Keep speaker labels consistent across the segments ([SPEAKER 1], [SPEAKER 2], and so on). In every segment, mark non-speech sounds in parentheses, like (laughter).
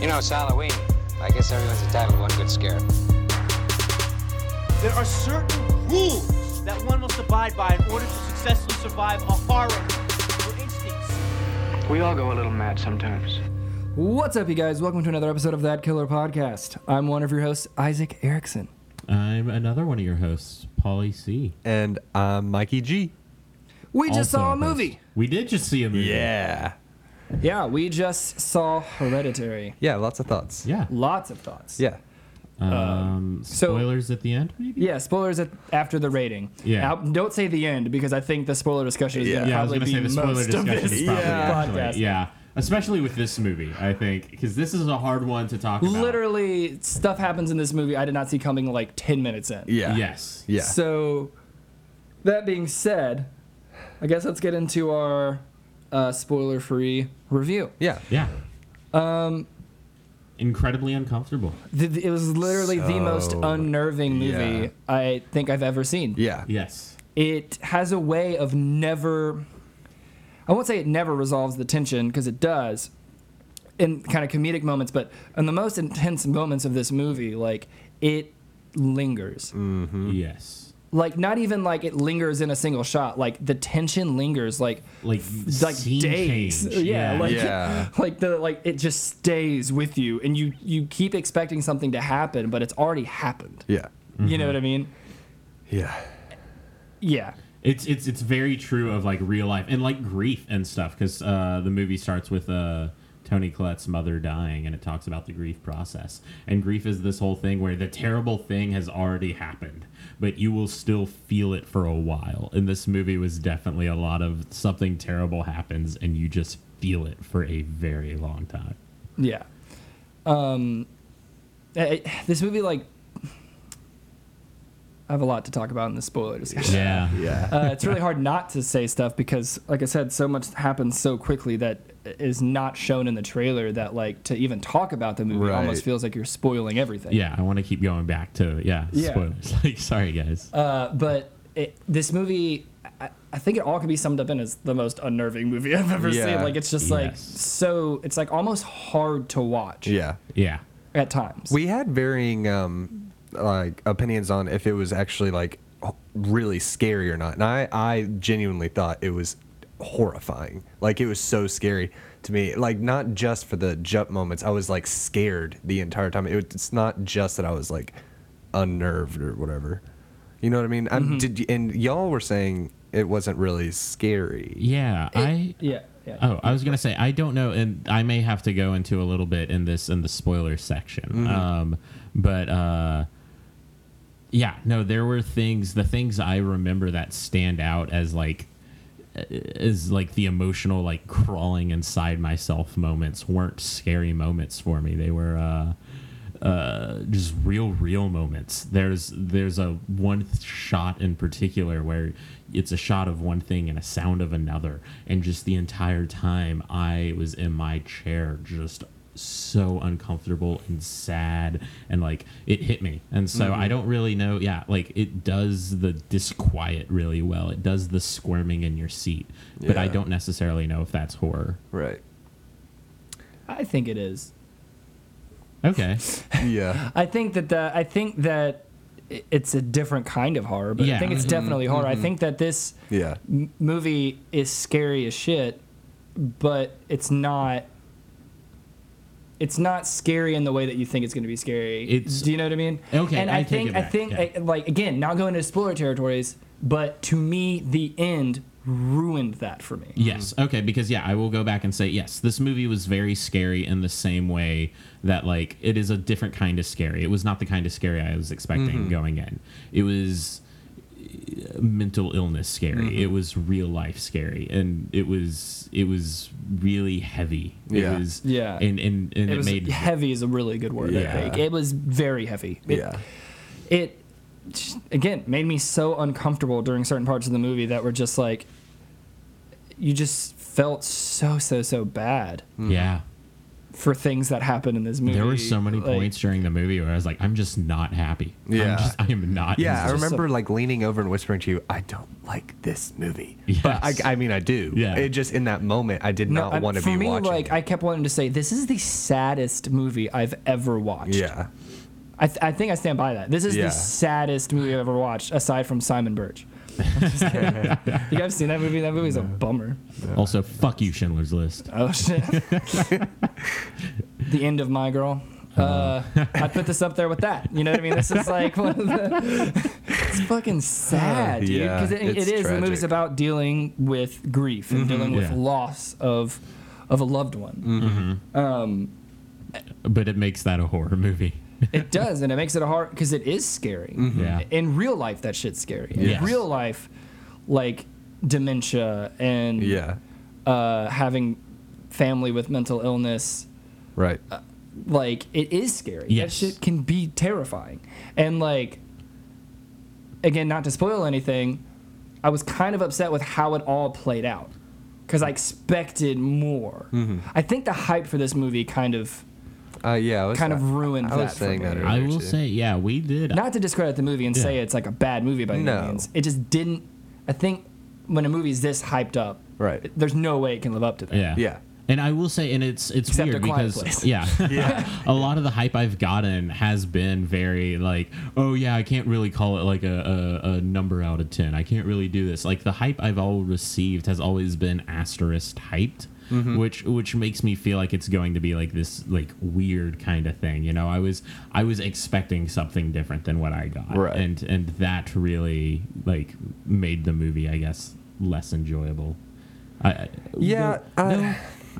[SPEAKER 1] You know, it's Halloween. I guess everyone's entitled to one good scare.
[SPEAKER 2] There are certain rules that one must abide by in order to successfully survive a horror. For instance,
[SPEAKER 3] We all go a little mad sometimes.
[SPEAKER 4] What's up, you guys? Welcome to another episode of That Killer Podcast. I'm one of your hosts, Isaac Erickson.
[SPEAKER 5] I'm another one of your hosts, Polly C.
[SPEAKER 6] and I'm Mikey G.
[SPEAKER 4] We just
[SPEAKER 5] Also
[SPEAKER 4] saw a
[SPEAKER 5] host.
[SPEAKER 4] movie.
[SPEAKER 5] We did just see a movie.
[SPEAKER 6] Yeah.
[SPEAKER 4] Yeah, we just saw Hereditary.
[SPEAKER 6] Yeah, lots of thoughts.
[SPEAKER 5] Yeah.
[SPEAKER 4] Lots of thoughts.
[SPEAKER 6] Yeah.
[SPEAKER 5] Um,
[SPEAKER 4] so-
[SPEAKER 5] spoilers at the end, maybe?
[SPEAKER 4] Yeah, spoilers at, after the rating.
[SPEAKER 5] Yeah.
[SPEAKER 4] Now, don't say the end because I think the spoiler discussion is
[SPEAKER 6] Yeah.
[SPEAKER 4] going to
[SPEAKER 5] Yeah, I was
[SPEAKER 4] probably
[SPEAKER 5] going to say the
[SPEAKER 4] be
[SPEAKER 5] spoiler
[SPEAKER 4] most of
[SPEAKER 5] discussion
[SPEAKER 4] this
[SPEAKER 5] is probably
[SPEAKER 6] Yeah.
[SPEAKER 5] actually-
[SPEAKER 4] podcast.
[SPEAKER 5] Yeah. Especially with this movie, I think, because this is a hard one to talk about.
[SPEAKER 4] Literally, stuff happens in this movie I did not see coming like 10 minutes in.
[SPEAKER 6] Yeah.
[SPEAKER 5] Yes.
[SPEAKER 6] Yeah.
[SPEAKER 4] So, that being said, I guess let's get into our uh, spoiler free review.
[SPEAKER 6] yeah.
[SPEAKER 5] Yeah. Um, Incredibly uncomfortable.
[SPEAKER 4] Th- th- It was literally the most
[SPEAKER 6] So,
[SPEAKER 4] unnerving movie
[SPEAKER 6] yeah.
[SPEAKER 4] I think I've ever seen.
[SPEAKER 6] Yeah.
[SPEAKER 5] Yes.
[SPEAKER 4] It has a way of never. I won't say it never resolves the tension because it does in kind of comedic moments, but in the most intense moments of this movie, like it lingers.
[SPEAKER 6] Mm. Hmm.
[SPEAKER 5] Yes.
[SPEAKER 4] Like, not even like it lingers in a single shot. Like, the tension lingers. Like,
[SPEAKER 5] Like,
[SPEAKER 4] like
[SPEAKER 5] scene
[SPEAKER 4] days.
[SPEAKER 5] change.
[SPEAKER 4] Yeah, like
[SPEAKER 6] Yeah.
[SPEAKER 4] (laughs) like the like it just stays with you, and you you keep expecting something to happen, but it's already happened.
[SPEAKER 6] Yeah.
[SPEAKER 4] You
[SPEAKER 5] Mm-hmm.
[SPEAKER 4] know what I mean?
[SPEAKER 6] Yeah.
[SPEAKER 4] Yeah.
[SPEAKER 5] It's it's it's very true of like real life and like grief and stuff because uh, the movie starts with uh, Tony Collette's mother dying and it talks about the grief process and grief is this whole thing where the terrible thing has already happened but you will still feel it for a while and this movie was definitely a lot of something terrible happens and you just feel it for a very long time.
[SPEAKER 4] Yeah. Um, I- I- this movie like I have a lot to talk about in the spoiler discussion.
[SPEAKER 5] Yeah,
[SPEAKER 6] Yeah.
[SPEAKER 4] Uh, it's really hard not to say stuff because, like I said, so much happens so quickly that is not shown in the trailer that like to even talk about the movie almost
[SPEAKER 6] Right.
[SPEAKER 4] feels like you're spoiling everything.
[SPEAKER 5] yeah. I want to keep going back to yeah.
[SPEAKER 4] Yeah.
[SPEAKER 5] Spoilers. (laughs) Like sorry guys.
[SPEAKER 4] Uh, but it, this movie, I, I think it all can be summed up in as the most unnerving movie (laughs) I've ever
[SPEAKER 6] Yeah.
[SPEAKER 4] seen. Like it's just like
[SPEAKER 5] Yes.
[SPEAKER 4] so, it's like almost hard to watch
[SPEAKER 6] yeah.
[SPEAKER 5] yeah.
[SPEAKER 4] at times.
[SPEAKER 6] We had varying um like opinions on if it was actually like h- really scary or not. And I I genuinely thought it was horrifying. Like it was so scary to me. Like not just for the jump moments. I was like scared the entire time. It, was- it's not just that I was like unnerved or whatever. You know what I mean? I'm, did you, and y'all were saying it wasn't really scary.
[SPEAKER 5] Yeah. I
[SPEAKER 4] yeah, yeah.
[SPEAKER 5] Oh, I was gonna say I don't know, and I may have to go into a little bit in this in the spoiler section. Um, but uh, yeah, no, there were things. The things I remember that stand out as like is like the emotional like crawling inside myself moments weren't scary moments for me. They were uh, uh, just real, real moments. There's there's a one th- shot in particular where it's a shot of one thing and a sound of another, and just the entire time I was in my chair just so uncomfortable and sad and like it hit me and so i don't really know yeah like it does the disquiet really well it does the squirming in your seat but i
[SPEAKER 6] Yeah.
[SPEAKER 5] don't necessarily know if that's horror
[SPEAKER 6] Right.
[SPEAKER 4] I think it is.
[SPEAKER 5] okay
[SPEAKER 4] (laughs)
[SPEAKER 6] Yeah.
[SPEAKER 4] I think that the I think that i- it's a different kind of horror, but I
[SPEAKER 5] Yeah.
[SPEAKER 4] think
[SPEAKER 6] Mm-hmm.
[SPEAKER 4] it's definitely horror. I think that this
[SPEAKER 6] Yeah.
[SPEAKER 4] m- movie is scary as shit, but it's not. It's not scary in the way that you think it's going to be scary.
[SPEAKER 5] It's-
[SPEAKER 4] Do you know what I mean?
[SPEAKER 5] Okay,
[SPEAKER 4] And
[SPEAKER 5] I
[SPEAKER 4] I
[SPEAKER 5] take
[SPEAKER 4] think
[SPEAKER 5] it
[SPEAKER 4] I
[SPEAKER 5] back,
[SPEAKER 4] think
[SPEAKER 5] yeah.
[SPEAKER 4] I- like again, not going to spoiler territories, but to me, the end ruined that for me.
[SPEAKER 5] Yes. Okay. Because yeah, I will go back and say yes. This movie was very scary in the same way that like it is a different kind of scary. It was not the kind of scary I was expecting
[SPEAKER 4] Mm-hmm.
[SPEAKER 5] going in. It was uh, mental illness scary.
[SPEAKER 4] Mm-hmm.
[SPEAKER 5] It was real life scary, and it was it was really heavy.
[SPEAKER 6] Yeah.
[SPEAKER 5] It was
[SPEAKER 4] Yeah.
[SPEAKER 5] And and
[SPEAKER 4] It
[SPEAKER 5] and it,
[SPEAKER 4] was (laughs)
[SPEAKER 5] made
[SPEAKER 4] heavy is a really good word. I
[SPEAKER 6] Yeah.
[SPEAKER 4] think it was very heavy. It-
[SPEAKER 6] Yeah.
[SPEAKER 4] it just, again made me so uncomfortable during certain parts of the movie that were just like you just felt so so so bad
[SPEAKER 5] yeah.
[SPEAKER 4] for things that happen in this movie.
[SPEAKER 5] There were so many
[SPEAKER 4] Like,
[SPEAKER 5] points during the movie where I was like, I'm just not happy.
[SPEAKER 6] Yeah.
[SPEAKER 5] I'm just, I am not.
[SPEAKER 6] Yeah, I
[SPEAKER 5] interested.
[SPEAKER 6] remember like leaning over and whispering to you, "I don't like this movie," but
[SPEAKER 5] Yes.
[SPEAKER 6] I, I mean, I do.
[SPEAKER 5] Yeah.
[SPEAKER 6] It just in that moment, I did
[SPEAKER 4] I-
[SPEAKER 6] not want to
[SPEAKER 4] for
[SPEAKER 6] be
[SPEAKER 4] me,
[SPEAKER 6] watching.
[SPEAKER 4] like
[SPEAKER 6] it.
[SPEAKER 4] I kept wanting to say, this is the saddest movie I've ever watched.
[SPEAKER 6] yeah,
[SPEAKER 4] I, th- I think I stand by that. This is
[SPEAKER 6] Yeah.
[SPEAKER 4] the saddest movie I've ever watched, aside from Simon Birch. (laughs)
[SPEAKER 5] (laughs)
[SPEAKER 4] you guys have seen that movie? That movie's a bummer.
[SPEAKER 5] Also, fuck you, Schindler's List.
[SPEAKER 4] Oh shit! the end of my girl.
[SPEAKER 6] Uh-huh.
[SPEAKER 4] Uh, I put this up there with that. You know what I mean? This is like one of the. It's fucking sad, dude.
[SPEAKER 6] Yeah,
[SPEAKER 4] Because it, it
[SPEAKER 6] it's
[SPEAKER 4] is. The movie's
[SPEAKER 6] tragic. Mm-hmm.
[SPEAKER 4] about dealing with grief and dealing with
[SPEAKER 5] yeah.
[SPEAKER 4] loss of of a loved one.
[SPEAKER 6] Mm.
[SPEAKER 5] But it makes that a horror movie. (laughs)
[SPEAKER 4] It does, and it makes it hard because it is scary.
[SPEAKER 6] Mm-hmm.
[SPEAKER 5] Yeah.
[SPEAKER 4] In real life, that shit's scary.
[SPEAKER 5] Yes.
[SPEAKER 4] In real life, like dementia and
[SPEAKER 6] yeah,
[SPEAKER 4] uh, having family with mental illness,
[SPEAKER 6] right.
[SPEAKER 4] Uh, like it is scary.
[SPEAKER 5] Yes.
[SPEAKER 4] That shit can be terrifying. And like, again, not to spoil anything, I was kind of upset with how it all played out because I expected more.
[SPEAKER 5] Mm-hmm.
[SPEAKER 4] I think the hype for this movie kind of
[SPEAKER 6] Uh, yeah, I was,
[SPEAKER 4] kind of
[SPEAKER 6] I-
[SPEAKER 4] ruined
[SPEAKER 6] I was
[SPEAKER 4] that for
[SPEAKER 6] saying
[SPEAKER 4] me.
[SPEAKER 6] that.
[SPEAKER 5] I
[SPEAKER 6] earlier,
[SPEAKER 5] will
[SPEAKER 6] too.
[SPEAKER 5] say, yeah, we did.
[SPEAKER 4] not to discredit the movie and say
[SPEAKER 5] Yeah.
[SPEAKER 4] it's like a bad movie by any
[SPEAKER 6] No.
[SPEAKER 4] means. It just didn't. I think when a movie's this hyped up,
[SPEAKER 6] Right.
[SPEAKER 4] There's no way it can live up to that.
[SPEAKER 5] yeah.
[SPEAKER 6] Yeah.
[SPEAKER 5] And I will say, and it's it's
[SPEAKER 4] Except
[SPEAKER 5] weird
[SPEAKER 4] A Quiet
[SPEAKER 5] because
[SPEAKER 4] Place.
[SPEAKER 5] yeah, (laughs) a lot of the hype I've gotten has been very like, oh yeah, I can't really call it like a, a, a number out of ten. I can't really do this. Like the hype I've all received has always been asterisk hyped, which which makes me feel like it's going to be like this like weird kind of thing. You know, I was I was expecting something different than what I got,
[SPEAKER 6] Right.
[SPEAKER 5] and and that really like made the movie, I guess, less enjoyable. I- I,
[SPEAKER 6] Yeah,
[SPEAKER 5] though-
[SPEAKER 6] I-
[SPEAKER 5] though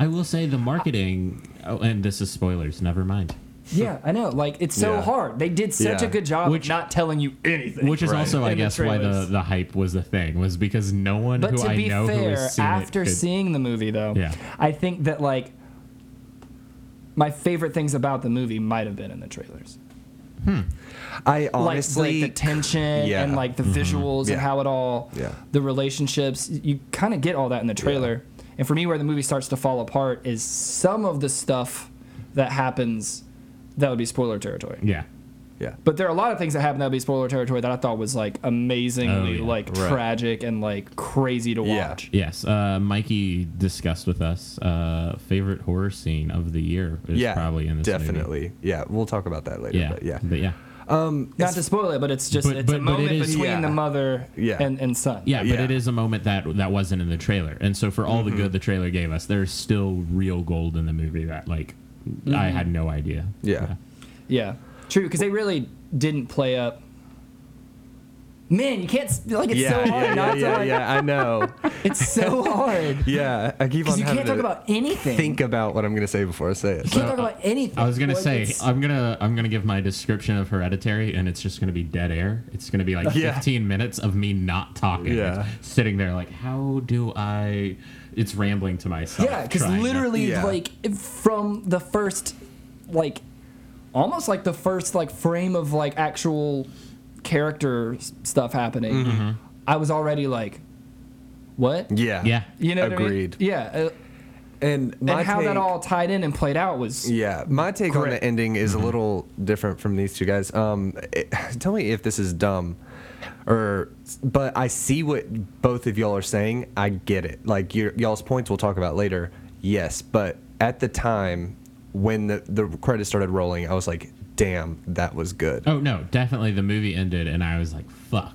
[SPEAKER 5] I will say the marketing. Oh, and this is spoilers. Never mind.
[SPEAKER 4] Yeah, I know. Like it's so
[SPEAKER 6] Yeah.
[SPEAKER 4] hard. They did such
[SPEAKER 6] Yeah.
[SPEAKER 4] a good job
[SPEAKER 5] Which-
[SPEAKER 4] of not telling you anything.
[SPEAKER 5] Which is
[SPEAKER 6] Right.
[SPEAKER 5] also, I
[SPEAKER 4] In the
[SPEAKER 5] guess, why the,
[SPEAKER 4] trailers.
[SPEAKER 5] the hype was the thing was because no one
[SPEAKER 4] but
[SPEAKER 5] who
[SPEAKER 4] to
[SPEAKER 5] I
[SPEAKER 4] be
[SPEAKER 5] know who
[SPEAKER 4] fair,
[SPEAKER 5] has seen
[SPEAKER 4] after
[SPEAKER 5] it could-
[SPEAKER 4] seeing the movie though,
[SPEAKER 5] Yeah.
[SPEAKER 4] I think that like my favorite things about the movie might have been in the trailers.
[SPEAKER 6] I
[SPEAKER 4] Like-
[SPEAKER 6] honestly, (sighs)
[SPEAKER 4] like the tension
[SPEAKER 6] yeah.
[SPEAKER 4] and like the
[SPEAKER 5] Mm-hmm.
[SPEAKER 4] visuals
[SPEAKER 6] Yeah.
[SPEAKER 4] and how it all
[SPEAKER 6] Yeah.
[SPEAKER 4] the relationships you kind of get all that in the trailer and for me where the movie starts to fall apart is some of the stuff that happens that would be spoiler territory
[SPEAKER 5] yeah,
[SPEAKER 6] yeah,
[SPEAKER 4] but there are a lot of things that happen that would be spoiler territory that i thought was like amazingly
[SPEAKER 5] Oh, yeah.
[SPEAKER 4] like
[SPEAKER 6] Right.
[SPEAKER 4] tragic and like crazy to
[SPEAKER 6] Yeah.
[SPEAKER 4] watch
[SPEAKER 5] yes. Uh, Mikey discussed with us uh, favorite horror scene of the year is
[SPEAKER 6] yeah,
[SPEAKER 5] probably in this movie.
[SPEAKER 6] definitely. Yeah, we'll talk about that later.
[SPEAKER 5] Yeah,
[SPEAKER 6] but yeah,
[SPEAKER 5] but yeah,
[SPEAKER 4] not to spoil it but it's just
[SPEAKER 5] But-
[SPEAKER 4] it's a
[SPEAKER 5] but- but it
[SPEAKER 4] moment
[SPEAKER 5] is-
[SPEAKER 4] between
[SPEAKER 6] Yeah.
[SPEAKER 4] the mother
[SPEAKER 6] Yeah.
[SPEAKER 4] and, and son
[SPEAKER 5] yeah. But
[SPEAKER 6] Yeah. Mm-hmm.
[SPEAKER 5] it is a moment that that wasn't in the trailer, and so for all the good the trailer gave us, there's still real gold in the movie that like
[SPEAKER 4] Mm-hmm.
[SPEAKER 5] I had no idea.
[SPEAKER 6] yeah.
[SPEAKER 4] Yeah, true. Because they really didn't play up. Man, you can't s- like it's
[SPEAKER 6] yeah,
[SPEAKER 4] so hard.
[SPEAKER 6] yeah,
[SPEAKER 4] not
[SPEAKER 6] yeah,
[SPEAKER 4] to,
[SPEAKER 6] yeah,
[SPEAKER 4] like,
[SPEAKER 6] yeah,
[SPEAKER 4] (laughs)
[SPEAKER 6] I know.
[SPEAKER 4] It's
[SPEAKER 5] (laughs)
[SPEAKER 4] so hard
[SPEAKER 6] Yeah, I keep
[SPEAKER 4] because
[SPEAKER 6] on
[SPEAKER 4] you
[SPEAKER 6] having
[SPEAKER 4] can't talk
[SPEAKER 6] to
[SPEAKER 4] about anything.
[SPEAKER 6] think about what I'm gonna say before I say it.
[SPEAKER 4] you can't talk about anything.
[SPEAKER 5] I was gonna
[SPEAKER 4] Like,
[SPEAKER 5] say
[SPEAKER 4] it's-
[SPEAKER 5] I'm gonna I'm gonna give my description of Hereditary, and it's just gonna be dead air. It's gonna be like
[SPEAKER 6] (laughs) Yeah.
[SPEAKER 5] 15 minutes of me not talking,
[SPEAKER 6] Yeah.
[SPEAKER 5] It's sitting there like, how do I? It's rambling to myself.
[SPEAKER 4] yeah, because
[SPEAKER 5] trying to-
[SPEAKER 4] literally,
[SPEAKER 6] Yeah.
[SPEAKER 4] like if- from the first, like almost like the first like frame of like actual character s- stuff happening,
[SPEAKER 5] Mm-hmm.
[SPEAKER 4] I was already like, what?
[SPEAKER 6] Yeah,
[SPEAKER 5] Yeah.
[SPEAKER 4] You know, what I mean?
[SPEAKER 6] agreed.
[SPEAKER 4] Yeah, uh,
[SPEAKER 6] And my
[SPEAKER 4] and how that
[SPEAKER 6] take-
[SPEAKER 4] all tied in and played out was
[SPEAKER 6] Yeah, my take on
[SPEAKER 4] Correct.
[SPEAKER 6] the ending is
[SPEAKER 5] Mm-hmm.
[SPEAKER 6] a little different from these two guys. Um, it- (laughs) tell me if this is dumb, or but I see what both of y'all are saying. I get it. Like your, y'all's points, we'll talk about later. Yes, but at the time when the the credits started rolling, I was like, "Damn, that was good."
[SPEAKER 5] Oh no, definitely the movie ended, and I was like, fuck.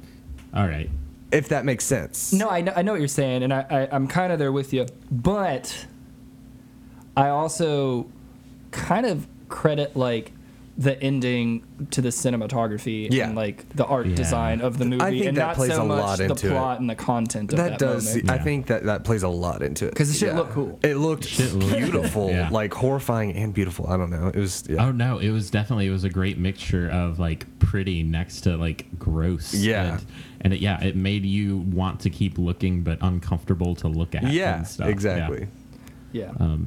[SPEAKER 5] All right.
[SPEAKER 6] If that makes sense.
[SPEAKER 4] No, I know, I know what you're saying, and I, I, I'm kind of there with you. But I also kind of credit like the ending to the cinematography
[SPEAKER 6] Yeah.
[SPEAKER 4] and like the art
[SPEAKER 5] Yeah.
[SPEAKER 4] design of the movie,
[SPEAKER 6] think
[SPEAKER 4] and
[SPEAKER 6] that
[SPEAKER 4] not
[SPEAKER 6] plays
[SPEAKER 4] so
[SPEAKER 6] a
[SPEAKER 4] much
[SPEAKER 6] lot
[SPEAKER 4] the
[SPEAKER 6] into it.
[SPEAKER 4] plot and the content of
[SPEAKER 6] That
[SPEAKER 4] that,
[SPEAKER 6] does.
[SPEAKER 4] moment.
[SPEAKER 6] I
[SPEAKER 5] Yeah.
[SPEAKER 6] think that that plays a lot into it
[SPEAKER 4] 'Cause the shit looked cool.
[SPEAKER 6] It looked
[SPEAKER 5] Shit looked-
[SPEAKER 6] beautiful,
[SPEAKER 5] Yeah.
[SPEAKER 6] like horrifying and beautiful. I don't know. It was. Yeah.
[SPEAKER 5] Oh no, it was definitely it was a great mixture of like pretty next to like gross.
[SPEAKER 6] Yeah.
[SPEAKER 5] And, and it, yeah, it made you want to keep looking, but uncomfortable to look at.
[SPEAKER 6] yeah.
[SPEAKER 5] and stuff.
[SPEAKER 6] Exactly.
[SPEAKER 4] Yeah,
[SPEAKER 5] Um,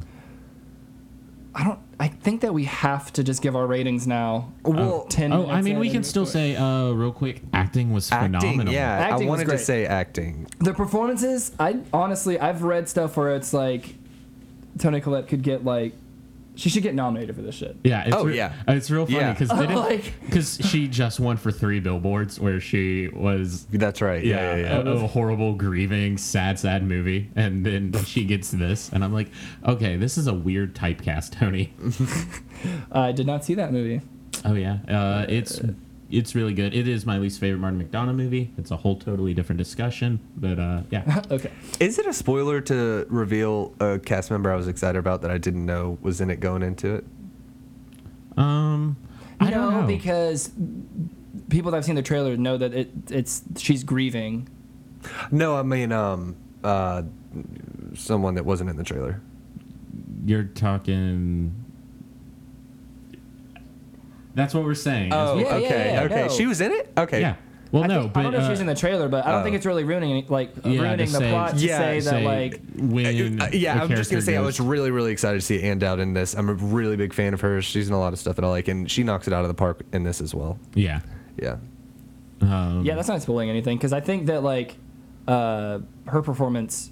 [SPEAKER 4] I don't. I think that we have to just give our ratings now.
[SPEAKER 6] Well,
[SPEAKER 4] Um, ten.
[SPEAKER 5] Oh, I
[SPEAKER 4] minutes
[SPEAKER 5] mean,
[SPEAKER 4] in
[SPEAKER 5] we
[SPEAKER 4] and
[SPEAKER 5] can still
[SPEAKER 4] record.
[SPEAKER 5] say uh, real quick, acting was
[SPEAKER 6] acting.
[SPEAKER 5] phenomenal.
[SPEAKER 6] Yeah,
[SPEAKER 4] Acting
[SPEAKER 6] I
[SPEAKER 4] was
[SPEAKER 6] wanted to
[SPEAKER 4] great.
[SPEAKER 6] say acting.
[SPEAKER 4] the performances. I honestly, I've read stuff where it's like Tony Collette could get like She should get nominated for this shit.
[SPEAKER 5] Yeah. It's
[SPEAKER 6] Oh,
[SPEAKER 5] re- uh,
[SPEAKER 6] yeah.
[SPEAKER 5] It's real funny
[SPEAKER 6] Yeah. (laughs) Oh,
[SPEAKER 5] because (laughs)
[SPEAKER 4] Like-
[SPEAKER 5] she just won for three billboards where she was.
[SPEAKER 6] That's right. Yeah, yeah, yeah.
[SPEAKER 5] a- A, horrible, grieving, sad, sad movie, and then (laughs) she gets this, and I'm like, okay, this is a weird typecast,
[SPEAKER 6] (laughs)
[SPEAKER 5] Tony.
[SPEAKER 4] I did not see that movie. (laughs)
[SPEAKER 5] Oh yeah, uh, it's it's really good. It is my least favorite Martin McDonough movie. It's a whole totally different discussion, but uh,
[SPEAKER 6] (laughs)
[SPEAKER 5] yeah,
[SPEAKER 4] Okay.
[SPEAKER 6] Is it a spoiler to reveal a cast member I was excited about that I didn't know was in it going into it?
[SPEAKER 5] um, I
[SPEAKER 4] no,
[SPEAKER 5] don't know
[SPEAKER 4] because people that have seen the trailer know that it it's she's grieving.
[SPEAKER 6] No, I mean, um, uh, someone that wasn't in the trailer.
[SPEAKER 5] you're talking. That's what we're saying. That's
[SPEAKER 4] Oh,
[SPEAKER 5] what-
[SPEAKER 4] Yeah, yeah,
[SPEAKER 6] okay,
[SPEAKER 4] yeah,
[SPEAKER 6] okay.
[SPEAKER 4] no.
[SPEAKER 6] She was in it. Okay.
[SPEAKER 5] yeah. Well,
[SPEAKER 4] I,
[SPEAKER 5] no,
[SPEAKER 4] think-
[SPEAKER 5] but
[SPEAKER 4] I don't know if she's
[SPEAKER 5] uh,
[SPEAKER 4] in the trailer, but I don't
[SPEAKER 6] oh.
[SPEAKER 4] think it's really ruining any- like
[SPEAKER 5] yeah,
[SPEAKER 4] ruining
[SPEAKER 5] to
[SPEAKER 4] the
[SPEAKER 5] say-
[SPEAKER 4] plot to
[SPEAKER 6] Yeah,
[SPEAKER 4] say that
[SPEAKER 5] say
[SPEAKER 4] like
[SPEAKER 5] when
[SPEAKER 6] Uh, yeah,
[SPEAKER 5] the
[SPEAKER 6] I'm just
[SPEAKER 5] character
[SPEAKER 6] gonna say I
[SPEAKER 5] goes-
[SPEAKER 6] was really, really excited to see Anne Dowd in this. I'm a really big fan of hers. She's in a lot of stuff that I like, and she knocks it out of the park in this as well.
[SPEAKER 5] yeah.
[SPEAKER 6] Yeah.
[SPEAKER 5] Um,
[SPEAKER 4] yeah, that's not spoiling anything because I think that like uh, her performance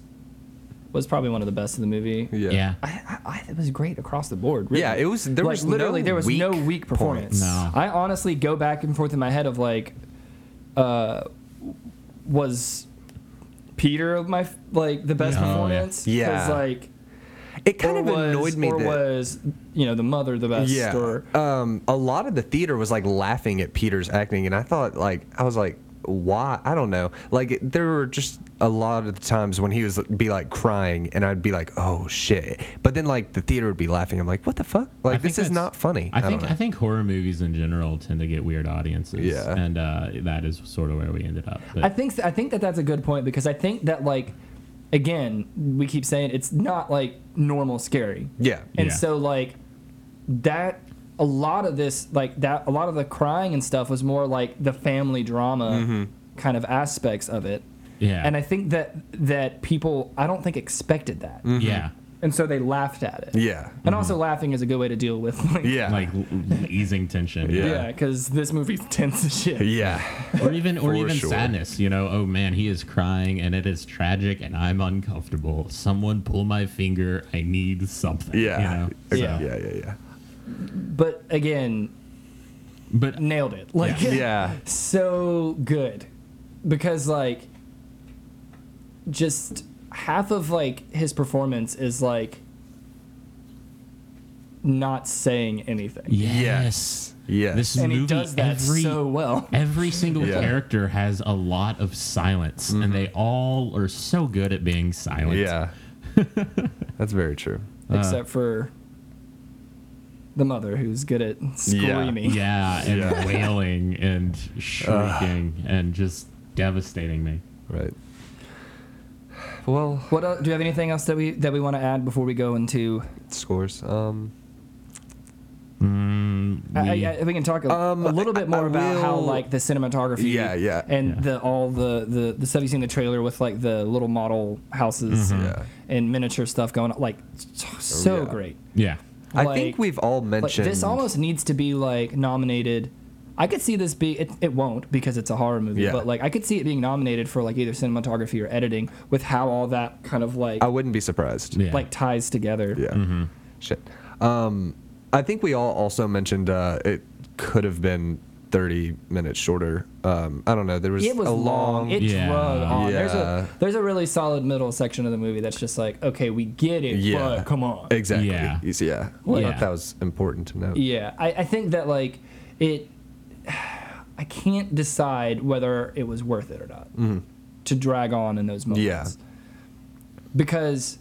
[SPEAKER 4] was probably one of the best in the movie.
[SPEAKER 6] Yeah.
[SPEAKER 5] yeah.
[SPEAKER 4] I, I, I, it was great across the board. Really.
[SPEAKER 6] Yeah, it was- there
[SPEAKER 4] like,
[SPEAKER 6] was
[SPEAKER 4] literally
[SPEAKER 6] no
[SPEAKER 4] there was no
[SPEAKER 6] weak
[SPEAKER 4] weak performance.
[SPEAKER 6] points.
[SPEAKER 5] No.
[SPEAKER 4] I honestly go back and forth in my head of like, uh, was Peter my f- like the best
[SPEAKER 5] Oh, yeah.
[SPEAKER 4] performance? 'Cause,
[SPEAKER 6] Yeah.
[SPEAKER 4] like
[SPEAKER 6] It kind
[SPEAKER 4] or
[SPEAKER 6] of
[SPEAKER 4] was-
[SPEAKER 6] annoyed me
[SPEAKER 4] Or
[SPEAKER 6] that
[SPEAKER 4] was you know the mother the best?
[SPEAKER 6] yeah,
[SPEAKER 4] Or
[SPEAKER 6] um, a lot of the theater was like laughing at Peter's acting, and I thought like I was like, why? I don't know. Like it- there were just a lot of the times when he was be like crying, and I'd be like, oh shit. But then like the theater would be laughing. I'm like, what the fuck?
[SPEAKER 5] I
[SPEAKER 6] Like
[SPEAKER 5] think
[SPEAKER 6] this is
[SPEAKER 5] that's-
[SPEAKER 6] not funny.
[SPEAKER 5] I think
[SPEAKER 6] don't
[SPEAKER 5] I,
[SPEAKER 6] know.
[SPEAKER 5] think horror movies in general tend to get weird audiences.
[SPEAKER 6] Yeah.
[SPEAKER 5] and uh, that is sort of where we ended up. But
[SPEAKER 4] I think I think that that's a good point because I think that like again we keep saying it's not like normal scary.
[SPEAKER 6] yeah.
[SPEAKER 4] And
[SPEAKER 5] Yeah.
[SPEAKER 4] so like that a lot of this like that a lot of the crying and stuff was more like the family drama kind of aspects of it.
[SPEAKER 5] yeah,
[SPEAKER 4] And I think that that people I don't think expected that.
[SPEAKER 5] yeah,
[SPEAKER 4] And so they laughed at it.
[SPEAKER 6] Yeah.
[SPEAKER 4] And also laughing is a good way to deal with like
[SPEAKER 6] Yeah.
[SPEAKER 5] like l- l- easing tension.
[SPEAKER 6] Yeah.
[SPEAKER 4] yeah, cuz this (laughs) movie's tense as shit.
[SPEAKER 6] yeah.
[SPEAKER 5] or even or
[SPEAKER 6] For
[SPEAKER 5] even
[SPEAKER 6] sure.
[SPEAKER 5] sadness. You know, oh man, he is crying and it is tragic and I'm uncomfortable. Someone pull my finger. I need something.
[SPEAKER 6] Yeah.
[SPEAKER 5] you know?
[SPEAKER 6] Okay,
[SPEAKER 4] Yeah.
[SPEAKER 6] Yeah. Yeah. Yeah.
[SPEAKER 4] But again,
[SPEAKER 5] but
[SPEAKER 4] nailed it. Like
[SPEAKER 5] Yeah.
[SPEAKER 6] Yeah.
[SPEAKER 4] so good because like just half of like his performance is like not saying anything
[SPEAKER 5] yes,
[SPEAKER 6] Yes.
[SPEAKER 5] this
[SPEAKER 4] and
[SPEAKER 5] movie
[SPEAKER 4] he does that
[SPEAKER 5] every
[SPEAKER 4] so
[SPEAKER 5] (laughs)
[SPEAKER 4] well
[SPEAKER 5] Every single
[SPEAKER 6] Yeah. Mm-hmm.
[SPEAKER 5] character has a lot of silence, and they all are so good at being silent. (laughs)
[SPEAKER 6] Yeah. That's very true.
[SPEAKER 5] Uh.
[SPEAKER 4] except for the mother who's good at screaming
[SPEAKER 5] Yeah, and
[SPEAKER 6] Yeah. (laughs)
[SPEAKER 5] wailing and shrieking and just devastating me.
[SPEAKER 6] Right. Well,
[SPEAKER 4] what el do you have anything else that we that we want to add before we go into
[SPEAKER 6] scores. Um.
[SPEAKER 5] Mm,
[SPEAKER 4] I,
[SPEAKER 5] we-
[SPEAKER 4] I, I- we can talk a,
[SPEAKER 6] Um,
[SPEAKER 4] a little bit more
[SPEAKER 6] I- I
[SPEAKER 4] about how
[SPEAKER 6] will-
[SPEAKER 4] like the cinematography
[SPEAKER 6] Yeah, yeah.
[SPEAKER 4] and
[SPEAKER 5] Yeah.
[SPEAKER 4] the all the, the the stuff you see in the trailer with like the little model houses and,
[SPEAKER 6] Yeah.
[SPEAKER 4] and miniature stuff going on like so, so
[SPEAKER 6] Mm-hmm. Oh, yeah.
[SPEAKER 4] great
[SPEAKER 5] yeah.
[SPEAKER 6] I think
[SPEAKER 4] Like-
[SPEAKER 6] we've all
[SPEAKER 4] like
[SPEAKER 6] mentioned
[SPEAKER 4] this almost needs to be like nominated I could see this be it, it won't because it's a horror movie
[SPEAKER 6] Yeah.
[SPEAKER 4] but like I could see it being nominated for like either cinematography or editing with how all that kind of like
[SPEAKER 6] I wouldn't be surprised.
[SPEAKER 5] Yeah.
[SPEAKER 4] like ties together
[SPEAKER 6] Yeah. Shit. Um, I think we all also mentioned uh, it could have been 30 minutes shorter. Um, I don't know. There was,
[SPEAKER 4] It was
[SPEAKER 6] a
[SPEAKER 4] long.
[SPEAKER 6] long.
[SPEAKER 4] It
[SPEAKER 5] Yeah.
[SPEAKER 4] drug on. There's
[SPEAKER 6] Yeah.
[SPEAKER 4] a there's a really solid middle section of the movie that's just like, okay, we get it,
[SPEAKER 6] Yeah.
[SPEAKER 4] but come on.
[SPEAKER 6] exactly.
[SPEAKER 5] Yeah.
[SPEAKER 6] Yeah. yeah. I
[SPEAKER 5] Yeah.
[SPEAKER 6] thought that was important to note.
[SPEAKER 4] Yeah, I, I think that like it. I can't decide whether it was worth it or not to drag on in those moments.
[SPEAKER 6] Mm-hmm. Yeah.
[SPEAKER 4] Because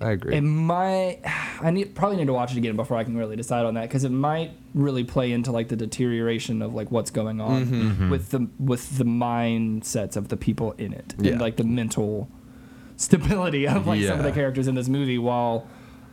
[SPEAKER 6] I agree.
[SPEAKER 4] it might, (sighs) I need probably need to watch it again before I can really decide on that because it might really play into like the deterioration of like what's going on
[SPEAKER 6] Mm-hmm.
[SPEAKER 4] with the with the mindsets of the people in it
[SPEAKER 6] Yeah.
[SPEAKER 4] and like the mental stability of like some of the
[SPEAKER 6] Yeah.
[SPEAKER 4] characters in this movie while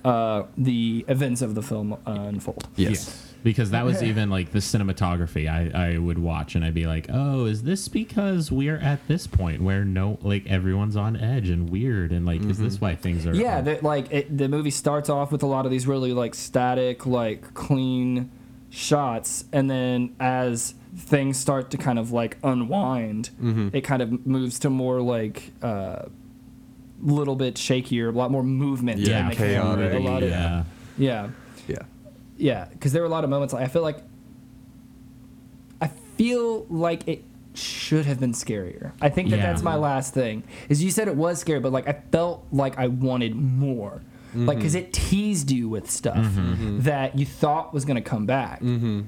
[SPEAKER 4] uh, the events of the film uh, unfold.
[SPEAKER 6] yes.
[SPEAKER 5] Because that was even like the cinematography I, I would watch and I'd be like, oh, is this because we're at this point where no, like everyone's on edge and weird and like, is this why things are.
[SPEAKER 4] Mm-hmm. Yeah,
[SPEAKER 5] are-
[SPEAKER 4] that like it, the movie starts off with a lot of these really like static, like clean shots, and then as things start
[SPEAKER 5] Mm-hmm.
[SPEAKER 4] to kind of like unwind, it kind of moves to more like uh, little bit shakier, a lot more movement.
[SPEAKER 5] Yeah,
[SPEAKER 4] in the camera,
[SPEAKER 6] chaotic,
[SPEAKER 4] A lot of,
[SPEAKER 5] yeah.
[SPEAKER 4] yeah,
[SPEAKER 6] Yeah.
[SPEAKER 4] yeah. Because there were a lot of moments. Like I feel like I feel like it should have been scarier. I think that
[SPEAKER 5] Yeah.
[SPEAKER 4] that's my last thing. Is you said it was scary, but like I felt like I wanted more. Like
[SPEAKER 6] Mm-hmm.
[SPEAKER 4] cuz it teased you with stuff that you thought was going to come back.
[SPEAKER 6] Mm-hmm.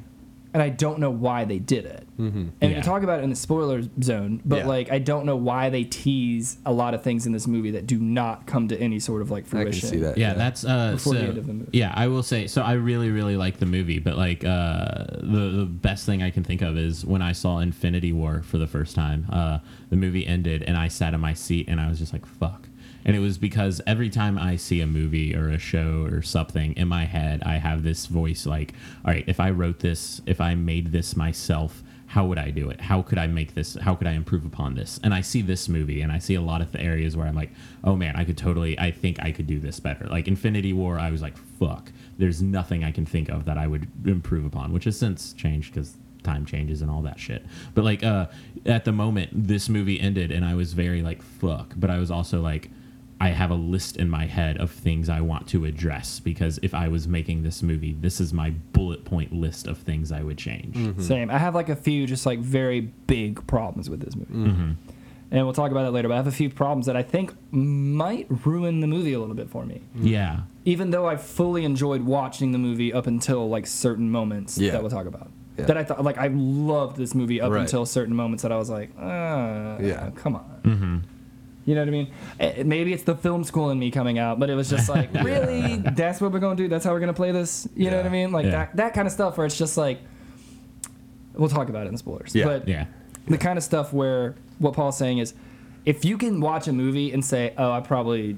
[SPEAKER 4] And I don't know why they did it. And
[SPEAKER 5] Yeah.
[SPEAKER 4] we talk about it in the spoiler zone, but
[SPEAKER 6] Yeah.
[SPEAKER 4] like I don't know why they tease a lot of things in this movie that do not come to any sort of like
[SPEAKER 6] I can
[SPEAKER 4] fruition.
[SPEAKER 6] see that.
[SPEAKER 5] yeah, that's uh
[SPEAKER 4] Before the
[SPEAKER 5] so-
[SPEAKER 4] end of the movie.
[SPEAKER 5] yeah i will say so i really really like the movie but like uh the, the best thing i can think of is when i saw infinity war for the first time uh the movie ended and i sat in my seat and i was just like fuck and it was because every time i see a movie or a show or something in my head i have this voice like all right if i wrote this if i made this myself how would I do it? How could I make this? How could I improve upon this? And I see this movie and I see a lot of the areas where I'm like, oh man, I could totally, I think I could do this better. Like Infinity War, I was like, fuck, there's nothing I can think of that I would improve upon, which has since changed because time changes and all that shit. But like, uh, at the moment, this movie ended and I was very like, fuck. But I was also like, I have a list in my head of things I want to address because if I was making this movie, this is my bullet point list of things I would change.
[SPEAKER 4] Same. I have like a few just like very big problems with this movie. And we'll talk about that later, but I have a few problems that I think might ruin the movie a little bit for me.
[SPEAKER 5] Yeah.
[SPEAKER 4] Even though I fully enjoyed watching the movie up until like certain moments
[SPEAKER 6] Yeah.
[SPEAKER 4] that we'll talk about.
[SPEAKER 6] Yeah.
[SPEAKER 4] That I thought like I loved this movie up
[SPEAKER 6] Right.
[SPEAKER 4] until certain moments that I was like, uh,
[SPEAKER 6] Yeah.
[SPEAKER 4] come on. You know what I mean? Eh, Maybe it's the film school in me coming out, but it was just
[SPEAKER 6] (laughs)
[SPEAKER 4] like, really? That's what we're going to do? That's how we're going to play this? You know
[SPEAKER 6] Yeah.
[SPEAKER 4] what I mean? Like
[SPEAKER 5] Yeah.
[SPEAKER 4] that, that kind of stuff where it's just like, we'll talk about it in the spoilers.
[SPEAKER 6] Yeah.
[SPEAKER 4] But
[SPEAKER 5] Yeah.
[SPEAKER 4] the kind of stuff where what Paul's saying is if you can watch a movie and say, oh, I probably.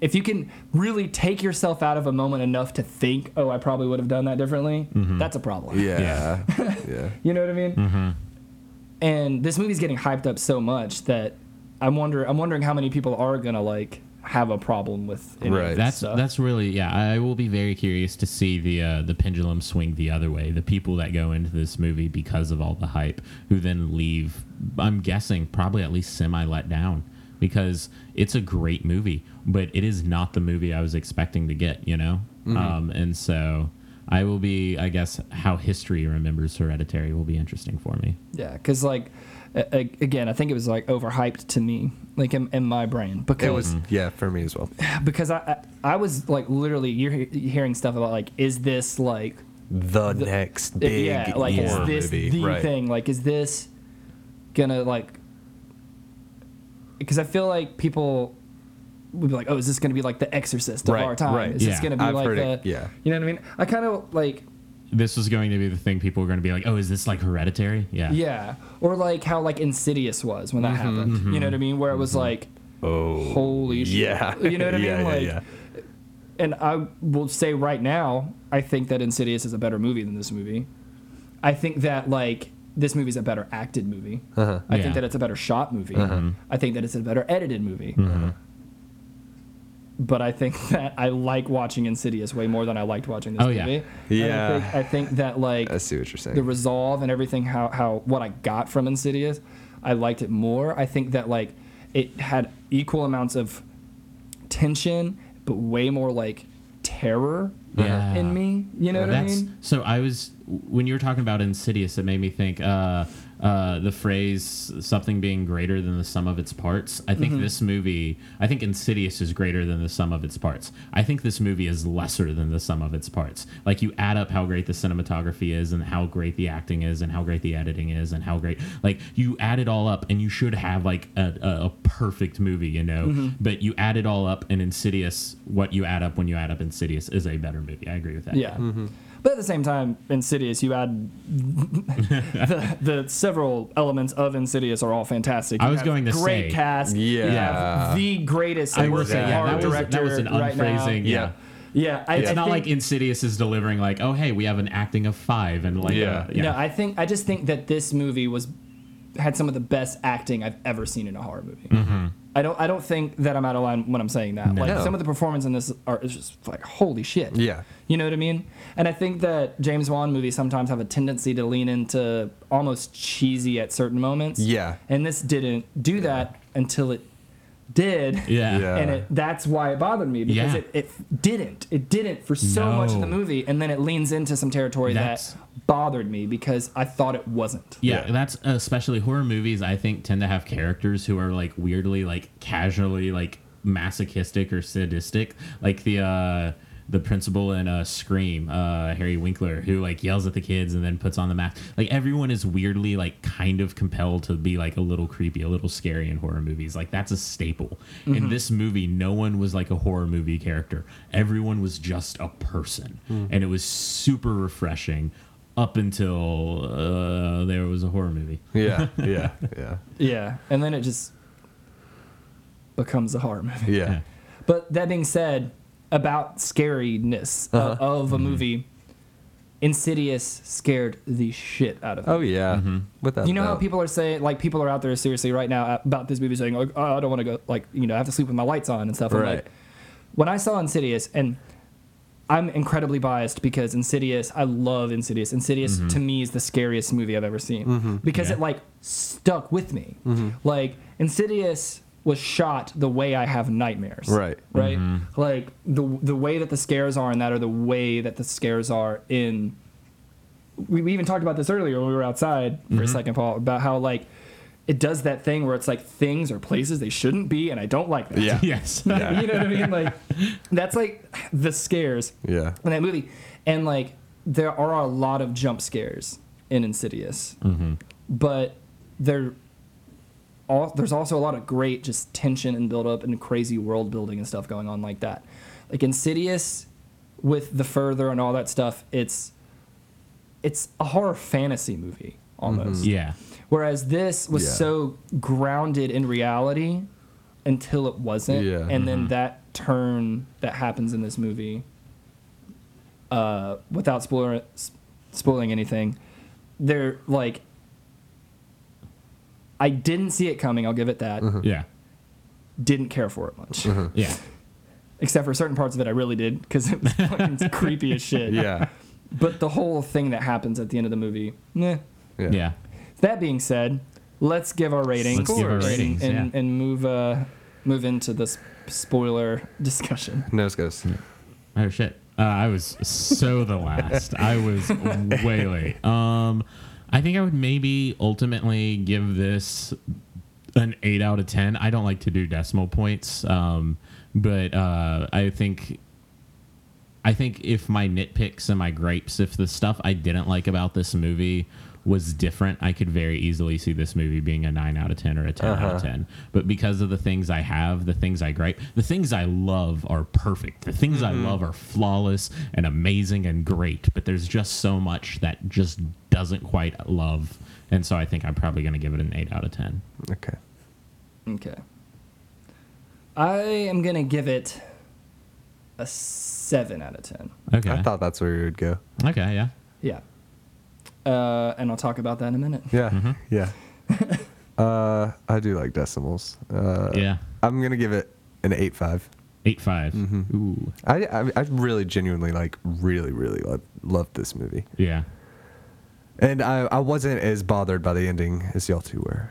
[SPEAKER 4] If you can really take yourself out of a moment enough to think, oh, I probably would have done that differently, that's a problem.
[SPEAKER 6] Mm-hmm. Yeah. (laughs) Mm-hmm. Yeah.
[SPEAKER 4] You know what I mean? And this movie's getting hyped up so much that I'm wonder I'm wondering how many people are gonna like have a problem with any
[SPEAKER 6] Right.
[SPEAKER 4] Of this
[SPEAKER 5] That's
[SPEAKER 4] stuff.
[SPEAKER 5] that's really yeah. I will be very curious to see the uh, the pendulum swing the other way. The people that go into this movie because of all the hype, who then leave. I'm guessing probably at least semi let down because it's a great movie, but it is not the movie I was expecting to get. You know, um, and so I will be. I guess how history remembers Hereditary will be interesting for me.
[SPEAKER 4] yeah, because like a- a- again, I think it was like overhyped to me, like in, in my brain because
[SPEAKER 6] It was yeah for me as well.
[SPEAKER 4] because I, I I was like literally you're he- hearing stuff about like is this like
[SPEAKER 6] The, next big
[SPEAKER 4] yeah like
[SPEAKER 6] horror
[SPEAKER 4] is this
[SPEAKER 6] movie,
[SPEAKER 4] the
[SPEAKER 6] right?
[SPEAKER 4] thing like is this gonna like because I feel like people would be like oh is this gonna be like the Exorcist of
[SPEAKER 6] Right,
[SPEAKER 4] our time
[SPEAKER 6] right.
[SPEAKER 4] is this
[SPEAKER 5] Yeah,
[SPEAKER 4] gonna be
[SPEAKER 6] I've
[SPEAKER 4] like
[SPEAKER 6] heard
[SPEAKER 4] the
[SPEAKER 6] it, yeah.
[SPEAKER 4] you know what I mean I kind of like
[SPEAKER 5] This was going to be the thing people were going to be like, oh, is this like Hereditary? Yeah.
[SPEAKER 4] yeah or like how like Insidious was when that
[SPEAKER 6] Mm-hmm,
[SPEAKER 4] happened you know what I mean where it was like
[SPEAKER 6] Oh.
[SPEAKER 4] holy shit
[SPEAKER 6] Yeah.
[SPEAKER 4] you know what I
[SPEAKER 6] (laughs) Yeah,
[SPEAKER 4] mean
[SPEAKER 6] yeah,
[SPEAKER 4] like
[SPEAKER 6] yeah.
[SPEAKER 4] and I will say right now, I think that Insidious is a better movie than this movie. I think that like this movie's a better acted movie. I
[SPEAKER 5] Yeah.
[SPEAKER 4] think that it's a better shot movie. I think that it's a better edited movie. But I think (laughs) that I like watching Insidious way more than I liked watching this
[SPEAKER 5] Oh,
[SPEAKER 4] movie.
[SPEAKER 5] yeah.
[SPEAKER 4] And
[SPEAKER 6] Yeah. Uh,
[SPEAKER 4] I think, I think that like
[SPEAKER 6] I see what you're saying.
[SPEAKER 4] the resolve and everything how how what I got from Insidious, I liked it more. I think that like it had equal amounts of tension, but way more like terror
[SPEAKER 5] Yeah.
[SPEAKER 4] in me. You know what I
[SPEAKER 5] That's
[SPEAKER 4] mean?
[SPEAKER 5] so. I was when you were talking about Insidious, it made me think uh, uh, the phrase "something being greater than the sum of its parts." I
[SPEAKER 4] Mm-hmm.
[SPEAKER 5] think this movie, I think Insidious is greater than the sum of its parts. I think this movie is lesser than the sum of its parts. Like you add up how great the cinematography is, and how great the acting is, and how great the editing is, and how great like you add it all up, and you should have like a, a, a perfect movie, you know.
[SPEAKER 4] Mm-hmm.
[SPEAKER 5] But you add it all up, and Insidious, what you add up when you add up Insidious, is a better movie. I agree with that.
[SPEAKER 4] Yeah. But at the same time, Insidious, you
[SPEAKER 5] (laughs)
[SPEAKER 4] add (laughs) the, the several elements of Insidious are all fantastic.
[SPEAKER 5] I
[SPEAKER 4] You
[SPEAKER 5] was
[SPEAKER 4] have
[SPEAKER 5] going to
[SPEAKER 4] great
[SPEAKER 5] say-
[SPEAKER 4] cast. You
[SPEAKER 6] Yeah.
[SPEAKER 4] have the greatest
[SPEAKER 5] I will
[SPEAKER 4] working
[SPEAKER 5] say, yeah,
[SPEAKER 4] horror
[SPEAKER 5] that was, that
[SPEAKER 4] director
[SPEAKER 5] was an
[SPEAKER 4] right now.
[SPEAKER 5] unphrasing. yeah.
[SPEAKER 6] Yeah.
[SPEAKER 4] Yeah, I,
[SPEAKER 5] It's
[SPEAKER 4] I
[SPEAKER 5] not
[SPEAKER 4] think-
[SPEAKER 5] like Insidious is delivering like, oh hey, we have an acting of five and like,
[SPEAKER 6] Yeah.
[SPEAKER 5] uh, yeah.
[SPEAKER 4] No, I think I just think that this movie was had some of the best acting I've ever seen in a horror movie. I don't I don't think that I'm out of line when I'm saying that. Like
[SPEAKER 6] Mm-hmm. No.
[SPEAKER 4] some of the performance in this are is just like holy shit.
[SPEAKER 6] Yeah.
[SPEAKER 4] You know what I mean? And I think that James Wan movies sometimes have a tendency to lean into almost cheesy at certain moments.
[SPEAKER 6] Yeah.
[SPEAKER 4] And this didn't do that until it did.
[SPEAKER 5] Yeah.
[SPEAKER 6] Yeah.
[SPEAKER 4] And it, that's why it bothered me because
[SPEAKER 5] Yeah.
[SPEAKER 4] it, it didn't. It didn't for so much of the
[SPEAKER 5] No.
[SPEAKER 4] movie. And then it leans into some territory
[SPEAKER 5] That's-
[SPEAKER 4] that bothered me because I thought it wasn't.
[SPEAKER 5] Yeah, that's especially horror movies. I think tend to have characters who are like weirdly, like casually, like masochistic or sadistic, like the uh, the principal in uh, Scream, uh, Harry Winkler, who like yells at the kids and then puts on the mask. Like everyone is weirdly, like kind of compelled to be like a little creepy, a little scary in horror movies. Like that's a staple. In this movie, no one was like a horror movie character. Everyone was just a person, and it was super refreshing up until uh, there was a horror movie.
[SPEAKER 6] Yeah, yeah, yeah,
[SPEAKER 4] Yeah. And then it just becomes a horror movie.
[SPEAKER 6] yeah.
[SPEAKER 4] But that being said, about scariness o- of a movie, Insidious scared the shit out of me.
[SPEAKER 6] Oh yeah,
[SPEAKER 5] Mm-hmm.
[SPEAKER 6] without
[SPEAKER 4] you know how
[SPEAKER 6] doubt.
[SPEAKER 4] people are saying, like, people are out there seriously right now about this movie saying, like, oh, I don't want to go, like, you know, I have to sleep with my lights on and stuff. I'm
[SPEAKER 6] Right.
[SPEAKER 4] like, when I saw Insidious, and I'm incredibly biased because Insidious, I love Insidious. Insidious
[SPEAKER 6] Mm-hmm.
[SPEAKER 4] to me is the scariest movie I've ever seen because
[SPEAKER 5] Yeah.
[SPEAKER 4] it like stuck with me.
[SPEAKER 6] Mm-hmm.
[SPEAKER 4] Like Insidious was shot the way I have nightmares.
[SPEAKER 6] Right. Mm-hmm.
[SPEAKER 4] Right. Like the the way that the scares are in that are the way that the scares are in we, we even talked about this earlier when we were outside for a second, Paul, about how like it does that thing where it's like things or places they shouldn't be, and I don't like that.
[SPEAKER 6] Yeah.
[SPEAKER 5] (laughs) Yes.
[SPEAKER 4] (laughs) you know what I mean? Like that's like the scares
[SPEAKER 6] Yeah.
[SPEAKER 4] in that movie, and like there are a lot of jump scares in Insidious, but there, all there's also a lot of great just tension and build up and crazy world building and stuff going on like that. Like Insidious, with the further and all that stuff, it's it's a horror fantasy movie almost.
[SPEAKER 5] Mm-hmm. Yeah.
[SPEAKER 4] Whereas this was
[SPEAKER 6] Yeah.
[SPEAKER 4] so grounded in reality until it wasn't.
[SPEAKER 6] Yeah. Mm-hmm.
[SPEAKER 4] And then that turn that happens in this movie, uh, without spoiler, s- spoiling anything, they're like, I didn't see it coming, I'll give it that.
[SPEAKER 6] Mm-hmm.
[SPEAKER 5] Yeah.
[SPEAKER 4] Didn't care for it much.
[SPEAKER 5] Yeah.
[SPEAKER 4] Except for certain parts of it, I really did because
[SPEAKER 6] (laughs)
[SPEAKER 4] it was fucking creepy as shit.
[SPEAKER 6] Yeah.
[SPEAKER 4] But the whole thing that happens at the end of the movie, meh.
[SPEAKER 6] Yeah.
[SPEAKER 5] Yeah.
[SPEAKER 4] That being said, let's give our ratings.
[SPEAKER 5] Let's give our
[SPEAKER 4] and-
[SPEAKER 5] ratings,
[SPEAKER 4] and,
[SPEAKER 5] yeah.
[SPEAKER 4] and move uh, move into this spoiler discussion.
[SPEAKER 6] Nose goes.
[SPEAKER 5] Oh shit! Uh, I was so the last. I was way late. Um, I think I would maybe ultimately give this an eight out of ten. I don't like to do decimal points, um, but uh, I think I think if my nitpicks and my gripes, if the stuff I didn't like about this movie was different, I could very easily see this movie being a 9 out of 10 or a 10
[SPEAKER 6] Uh-huh.
[SPEAKER 5] out of 10. But because of the things I have, the things I gripe, the things I love are perfect. The things
[SPEAKER 6] Mm-hmm.
[SPEAKER 5] I love are flawless and amazing and great. But there's just so much that just doesn't quite love. And so I think I'm probably going to give it an 8 out of 10.
[SPEAKER 6] Okay.
[SPEAKER 4] Okay. I am gonna give it a seven out of ten.
[SPEAKER 5] Okay.
[SPEAKER 6] I thought that's where you would go.
[SPEAKER 5] okay, yeah.
[SPEAKER 4] Yeah. Uh, and I'll talk about that in a minute.
[SPEAKER 6] Yeah.
[SPEAKER 5] Mm-hmm.
[SPEAKER 6] Yeah. uh, I do like decimals. Uh,
[SPEAKER 5] yeah.
[SPEAKER 6] I'm gonna give it an eight five.
[SPEAKER 5] 8 5.
[SPEAKER 6] mm-hmm.
[SPEAKER 5] Ooh.
[SPEAKER 6] I, I I really genuinely like really really love loved this movie,
[SPEAKER 5] Yeah.
[SPEAKER 6] and I I wasn't as bothered by the ending as y'all two were.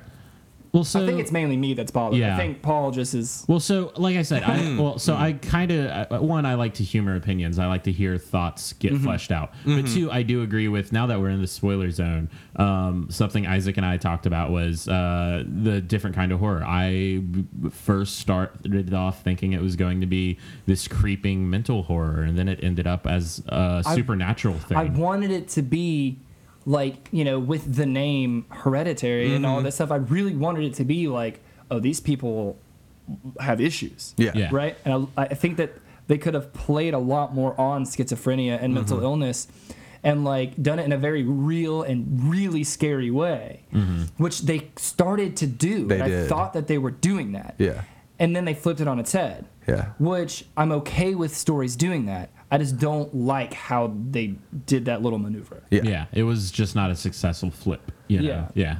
[SPEAKER 5] Well, so
[SPEAKER 4] I think it's mainly me that's bothered. I
[SPEAKER 5] Yeah.
[SPEAKER 4] think Paul just is.
[SPEAKER 5] Well, so like I said, I
[SPEAKER 4] Hmm.
[SPEAKER 5] well, so I kind of one, I like to humor opinions. I like to hear thoughts get
[SPEAKER 4] Mm-hmm.
[SPEAKER 5] fleshed out. But two, I do agree with now that we're in the spoiler zone. Um, something Isaac and I talked about was uh, the different kind of horror. I b- first started off thinking it was going to be this creeping mental horror, and then it ended up as a supernatural thing.
[SPEAKER 4] I wanted it to be like, you know, with the name hereditary and
[SPEAKER 5] Mm-hmm.
[SPEAKER 4] all that stuff. I really wanted it to be like, oh, these people have issues.
[SPEAKER 6] Yeah.
[SPEAKER 5] Yeah.
[SPEAKER 4] Right. And I, I think that they could have played a lot more on schizophrenia and
[SPEAKER 5] Mm-hmm.
[SPEAKER 4] mental illness and like done it in a very real and really scary way,
[SPEAKER 5] Mm-hmm.
[SPEAKER 4] which they started to do.
[SPEAKER 6] They
[SPEAKER 4] and I
[SPEAKER 6] did.
[SPEAKER 4] thought that they were doing that.
[SPEAKER 6] Yeah.
[SPEAKER 4] And then they flipped it on its head.
[SPEAKER 6] Yeah.
[SPEAKER 4] Which I'm okay with stories doing that. I just don't like how they did that little maneuver.
[SPEAKER 6] Yeah.
[SPEAKER 5] yeah, it was just not a successful flip. You know?
[SPEAKER 4] Yeah.
[SPEAKER 5] Yeah.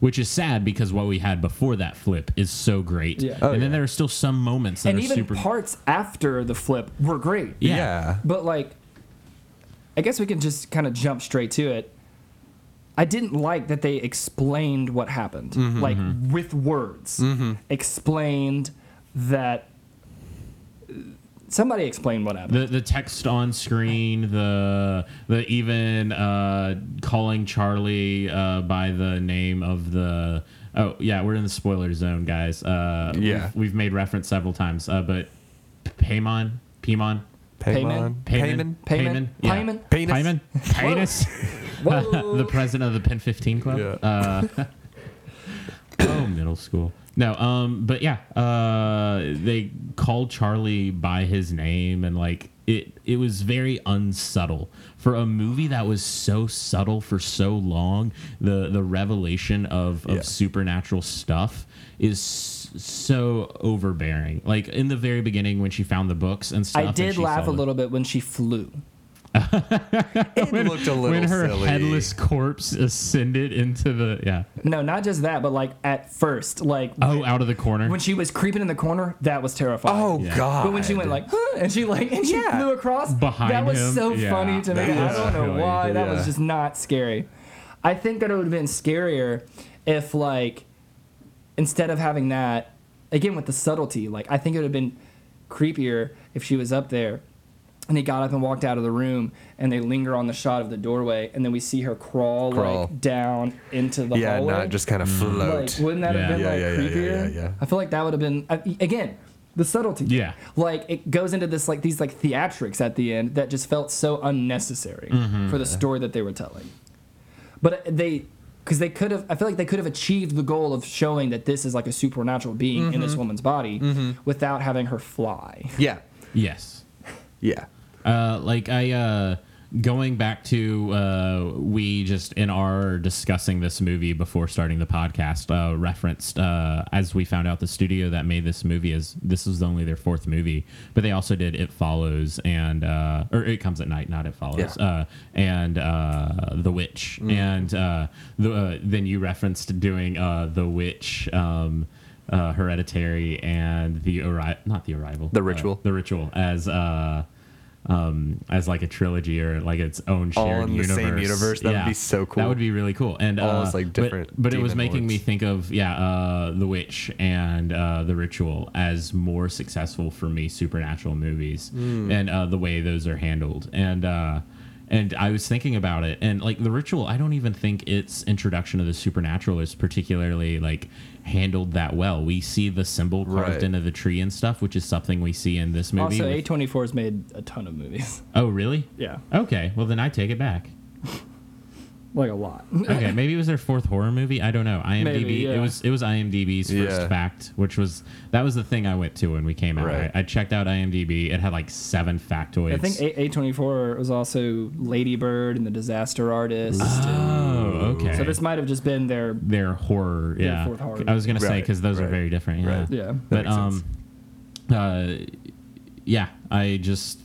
[SPEAKER 5] Which is sad because what we had before that flip is so great.
[SPEAKER 4] Yeah.
[SPEAKER 6] Oh,
[SPEAKER 5] and then
[SPEAKER 6] yeah.
[SPEAKER 5] there are still some moments that
[SPEAKER 4] and
[SPEAKER 5] are
[SPEAKER 4] even
[SPEAKER 5] super.
[SPEAKER 4] parts after the flip were great.
[SPEAKER 5] yeah.
[SPEAKER 6] Yeah.
[SPEAKER 4] But like, I guess we can just kind of jump straight to it. I didn't like that they explained what happened,
[SPEAKER 6] Mm-hmm,
[SPEAKER 4] like with words. Explained that somebody explained what happened.
[SPEAKER 5] The the text on screen, the the even uh, calling Charlie uh, by the name of the. Oh yeah, we're in the spoiler zone, guys. Uh,
[SPEAKER 6] Yeah.
[SPEAKER 5] we've, we've made reference several times, uh, but Paimon, Pimon,
[SPEAKER 4] Payment?
[SPEAKER 5] Payman,
[SPEAKER 4] Payman? Payman?
[SPEAKER 6] Penis.
[SPEAKER 5] Payman, Penis,
[SPEAKER 4] (laughs) Whoa.
[SPEAKER 5] (laughs) the president of the Pen Fifteen Club.
[SPEAKER 6] Yeah.
[SPEAKER 5] Uh, oh, middle school. No, um, but yeah, uh, they called Charlie by his name, and like it, it was very unsubtle for a movie that was so subtle for so long. The the revelation of of
[SPEAKER 6] Yeah.
[SPEAKER 5] supernatural stuff is s- so overbearing. Like in the very beginning when she found the books and stuff.
[SPEAKER 4] I
[SPEAKER 5] and
[SPEAKER 4] did
[SPEAKER 5] she
[SPEAKER 4] laugh
[SPEAKER 5] saw
[SPEAKER 4] a
[SPEAKER 5] the-
[SPEAKER 4] little bit when she flew.
[SPEAKER 6] It looked a little
[SPEAKER 5] when her
[SPEAKER 6] silly.
[SPEAKER 5] headless corpse ascended into the yeah
[SPEAKER 4] No, not just that, but like at first, like
[SPEAKER 5] oh out of the corner
[SPEAKER 4] when she was creeping in the corner, that was terrifying.
[SPEAKER 6] Oh
[SPEAKER 5] Yeah.
[SPEAKER 6] God!
[SPEAKER 4] But when she went like, huh, and she like, and she
[SPEAKER 6] Yeah.
[SPEAKER 4] flew across
[SPEAKER 5] Behind
[SPEAKER 4] that was
[SPEAKER 5] him,
[SPEAKER 4] so
[SPEAKER 5] yeah.
[SPEAKER 4] funny to me.
[SPEAKER 5] That
[SPEAKER 4] I
[SPEAKER 5] was
[SPEAKER 4] don't know
[SPEAKER 5] really-
[SPEAKER 4] why. That
[SPEAKER 6] yeah.
[SPEAKER 4] was just not scary. I think that it would have been scarier if like, instead of having that, again with the subtlety, like I think it would have been creepier if she was up there. And he got up and walked out of the room, and they linger on the shot of the doorway, and then we see her crawl,
[SPEAKER 6] Crawl.
[SPEAKER 4] like down into the
[SPEAKER 6] yeah,
[SPEAKER 4] hallway.
[SPEAKER 6] not just kind
[SPEAKER 4] Mm.
[SPEAKER 6] of
[SPEAKER 4] Like,
[SPEAKER 6] float.
[SPEAKER 4] wouldn't that
[SPEAKER 5] Yeah.
[SPEAKER 4] have been
[SPEAKER 6] Yeah,
[SPEAKER 4] like
[SPEAKER 6] yeah, yeah,
[SPEAKER 4] creepier?
[SPEAKER 6] yeah, yeah, yeah.
[SPEAKER 4] I feel like that would have been I- again the subtlety.
[SPEAKER 5] Yeah.
[SPEAKER 4] like it goes into this like these like theatrics at the end that just felt so unnecessary
[SPEAKER 5] Mm-hmm.
[SPEAKER 4] for the story that they were telling. But uh, they, because they could have, I feel like they could have achieved the goal of showing that this is like a supernatural being in
[SPEAKER 5] Mm-hmm.
[SPEAKER 4] this woman's body without having her fly.
[SPEAKER 6] yeah,
[SPEAKER 5] yes
[SPEAKER 6] yeah.
[SPEAKER 5] uh like i uh going back to uh we just in our discussing this movie before starting the podcast uh referenced uh as we found out the studio that made this movie is this was only their fourth movie but they also did it follows and uh or it comes at night not it follows
[SPEAKER 6] Yeah. Mm-hmm.
[SPEAKER 5] uh and uh the witch and uh the uh, then you referenced doing uh the witch um uh, hereditary and the arrival not the arrival
[SPEAKER 6] The
[SPEAKER 5] uh,
[SPEAKER 6] Ritual.
[SPEAKER 5] the ritual as uh um as like a trilogy or like its own
[SPEAKER 6] All
[SPEAKER 5] shared
[SPEAKER 6] in the
[SPEAKER 5] universe.
[SPEAKER 6] same universe? That would be so cool.
[SPEAKER 5] That would be really cool. And
[SPEAKER 6] All
[SPEAKER 5] uh,
[SPEAKER 6] as, like,
[SPEAKER 5] but-
[SPEAKER 6] different
[SPEAKER 5] But, it was
[SPEAKER 6] demon
[SPEAKER 5] making me
[SPEAKER 6] lords.
[SPEAKER 5] think of yeah, uh, the witch and uh, the ritual as more successful for me supernatural movies
[SPEAKER 6] Hmm.
[SPEAKER 5] and uh, the way those are handled and. uh and I was thinking about it, and like the ritual, I don't even think its introduction of the supernatural is particularly like handled that well. We see the symbol carved
[SPEAKER 6] Right.
[SPEAKER 5] into the tree and stuff, which is something we see in this movie.
[SPEAKER 4] Also,
[SPEAKER 5] with-
[SPEAKER 4] A twenty four has made a ton of movies, (laughs)
[SPEAKER 5] Oh, really?
[SPEAKER 4] Yeah.
[SPEAKER 5] Okay. Well, then I take it back.
[SPEAKER 4] like a lot.
[SPEAKER 5] Okay, maybe it was their fourth horror movie. I don't know. IMDb.
[SPEAKER 4] Maybe, yeah.
[SPEAKER 5] It was it was IMDb's first
[SPEAKER 6] Yeah.
[SPEAKER 5] fact, which was that was the thing I went to when we came out.
[SPEAKER 6] Right.
[SPEAKER 5] I, I checked out IMDb. It had like seven factoids.
[SPEAKER 4] I think A twenty four was also Lady Bird and the Disaster Artist.
[SPEAKER 5] oh, okay.
[SPEAKER 4] So this might have just been their
[SPEAKER 5] their horror.
[SPEAKER 4] Their
[SPEAKER 5] Yeah.
[SPEAKER 4] fourth horror
[SPEAKER 5] I was gonna 'cause say
[SPEAKER 6] Right,
[SPEAKER 5] because those are
[SPEAKER 6] right,
[SPEAKER 5] very different. Yeah.
[SPEAKER 6] right.
[SPEAKER 4] yeah.
[SPEAKER 5] But
[SPEAKER 6] makes
[SPEAKER 5] um,
[SPEAKER 6] sense.
[SPEAKER 5] uh, yeah. I just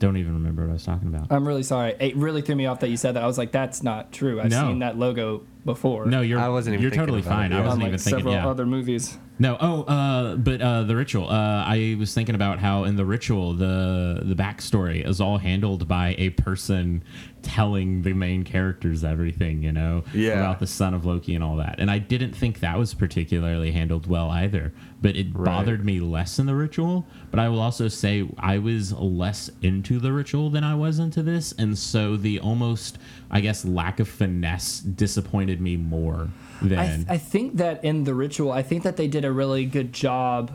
[SPEAKER 5] don't even remember what I was talking
[SPEAKER 6] Uh,
[SPEAKER 5] about.
[SPEAKER 4] I'm really sorry. It really threw me off that you said that. I was like, that's not true. I've
[SPEAKER 5] No.
[SPEAKER 4] seen that logo before.
[SPEAKER 5] no, you're.
[SPEAKER 6] I wasn't even
[SPEAKER 5] You're
[SPEAKER 6] thinking
[SPEAKER 5] totally
[SPEAKER 6] about it,
[SPEAKER 5] fine.
[SPEAKER 6] yeah.
[SPEAKER 5] I
[SPEAKER 4] on
[SPEAKER 5] wasn't
[SPEAKER 4] like
[SPEAKER 5] even thinking.
[SPEAKER 4] several
[SPEAKER 5] yeah.
[SPEAKER 4] other movies.
[SPEAKER 5] No. Oh, uh, but uh, the ritual. Uh, I was thinking about how in the ritual the the backstory is all handled by a person telling the main characters everything, you know,
[SPEAKER 6] Yeah.
[SPEAKER 5] about the son of Loki and all that. And I didn't think that was particularly handled well either. But it bothered me less in the ritual. But I will also say I was less into the ritual than I was into this, and so the almost I guess lack of finesse disappointed me more than.
[SPEAKER 4] I, th- I think that in the ritual, I think that they did a really good job.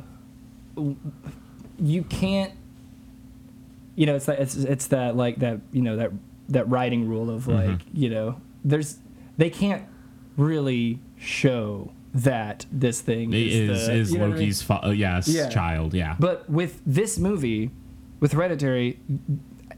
[SPEAKER 4] You can't, you know, it's that it's it's that like that you know that that writing rule of
[SPEAKER 5] Mm-hmm.
[SPEAKER 4] like you know there's they can't really show that this thing
[SPEAKER 5] It
[SPEAKER 4] is
[SPEAKER 5] is
[SPEAKER 4] the-
[SPEAKER 5] is
[SPEAKER 4] you know what I mean?
[SPEAKER 5] Loki's fa- uh, yes
[SPEAKER 4] Yeah.
[SPEAKER 5] child. Yeah,
[SPEAKER 4] But with this movie, with Hereditary,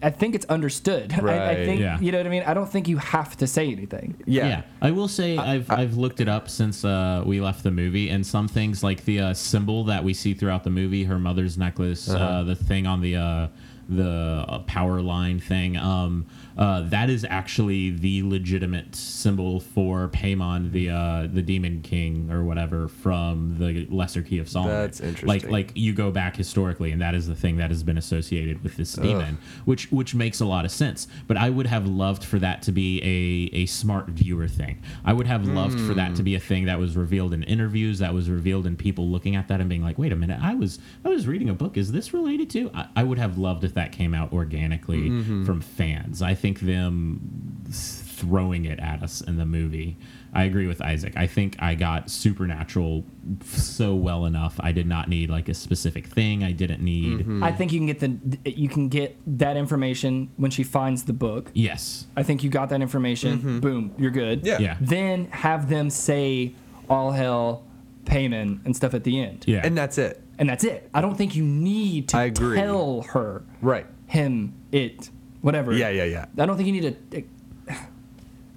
[SPEAKER 4] I think it's understood. (laughs) I, I
[SPEAKER 6] Right.
[SPEAKER 4] think
[SPEAKER 5] Yeah.
[SPEAKER 4] you know what I mean. I don't think you have to say anything.
[SPEAKER 6] yeah.
[SPEAKER 5] I will say I, have I've looked it up since uh, we left the movie, and some
[SPEAKER 4] Uh-huh.
[SPEAKER 5] things like the uh, symbol that we see throughout the movie, her mother's necklace, uh the thing on the uh, the uh, power line thing. Um, uh, that is actually the legitimate symbol for Paimon, the uh, the demon king or whatever from the Lesser Key of Solomon.
[SPEAKER 6] That's
[SPEAKER 5] Like
[SPEAKER 6] interesting.
[SPEAKER 5] like you go back historically and that is the thing that has been associated with this demon which which makes a lot of sense but i would have loved for that to be a a smart viewer thing i would have loved for that to be a
[SPEAKER 6] Hmm.
[SPEAKER 5] thing that was revealed in interviews that was revealed in people looking at that and being like wait a minute i was i was reading a book is this related to i, I would have loved if that came out organically
[SPEAKER 6] Mm-hmm.
[SPEAKER 5] from fans i think them throwing it at us in the movie I agree with Isaac. I think I got supernatural so well enough. I did not need like a specific thing. I didn't need.
[SPEAKER 6] Hmm.
[SPEAKER 4] I think you can get the you can get that information when she finds the book.
[SPEAKER 5] Yes.
[SPEAKER 4] I think you got that information. Boom, you're good.
[SPEAKER 6] Mm-hmm. Yeah.
[SPEAKER 5] Yeah.
[SPEAKER 4] Then have them say all hell payment and stuff at the end.
[SPEAKER 5] Yeah.
[SPEAKER 6] And that's it.
[SPEAKER 4] And that's it. I don't think you need to
[SPEAKER 6] I agree.
[SPEAKER 4] tell her
[SPEAKER 6] Right.
[SPEAKER 4] him it whatever.
[SPEAKER 6] Yeah, yeah, yeah.
[SPEAKER 4] I don't think you need to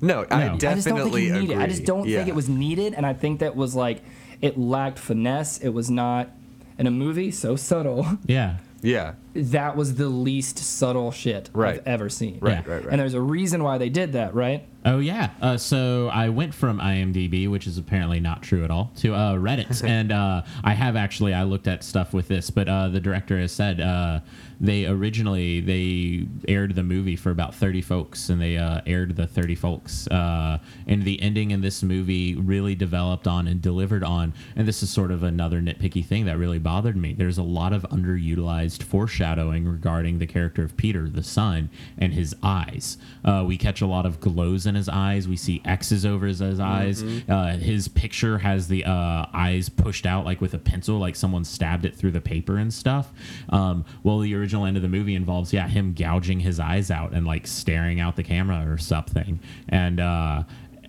[SPEAKER 6] No, I
[SPEAKER 5] No.
[SPEAKER 6] definitely
[SPEAKER 4] I just don't think you need
[SPEAKER 6] agree.
[SPEAKER 4] it. I just don't think
[SPEAKER 6] Yeah.
[SPEAKER 4] it was needed, and I think that was like it lacked finesse. It was not in a movie so subtle. (laughs)
[SPEAKER 5] yeah.
[SPEAKER 6] Yeah.
[SPEAKER 4] That was the least subtle shit
[SPEAKER 6] Right.
[SPEAKER 4] I've ever seen.
[SPEAKER 6] Right,
[SPEAKER 5] Yeah.
[SPEAKER 6] right, right.
[SPEAKER 4] And there's a reason why they did that, right?
[SPEAKER 5] Oh yeah. Uh, so I went from IMDb, which is apparently not true at all, to uh, Reddit, and uh, I have actually I looked at stuff with this, but uh, the director has said uh, they originally they aired the movie for about thirty folks, and they uh, aired the thirty folks, uh, and the ending in this movie really developed on and delivered on, and this is sort of another nitpicky thing that really bothered me. There's a lot of underutilized foreshadowing regarding the character of Peter, the son, and his eyes. Uh, we catch a lot of glows in his eyes. We see X's over his, his eyes. Uh, his picture has the uh, eyes pushed out like with a pencil, like someone stabbed it through the paper and stuff. Um, well, the original end of the movie involves, yeah, him gouging his eyes out and like staring out the camera or something. And, uh,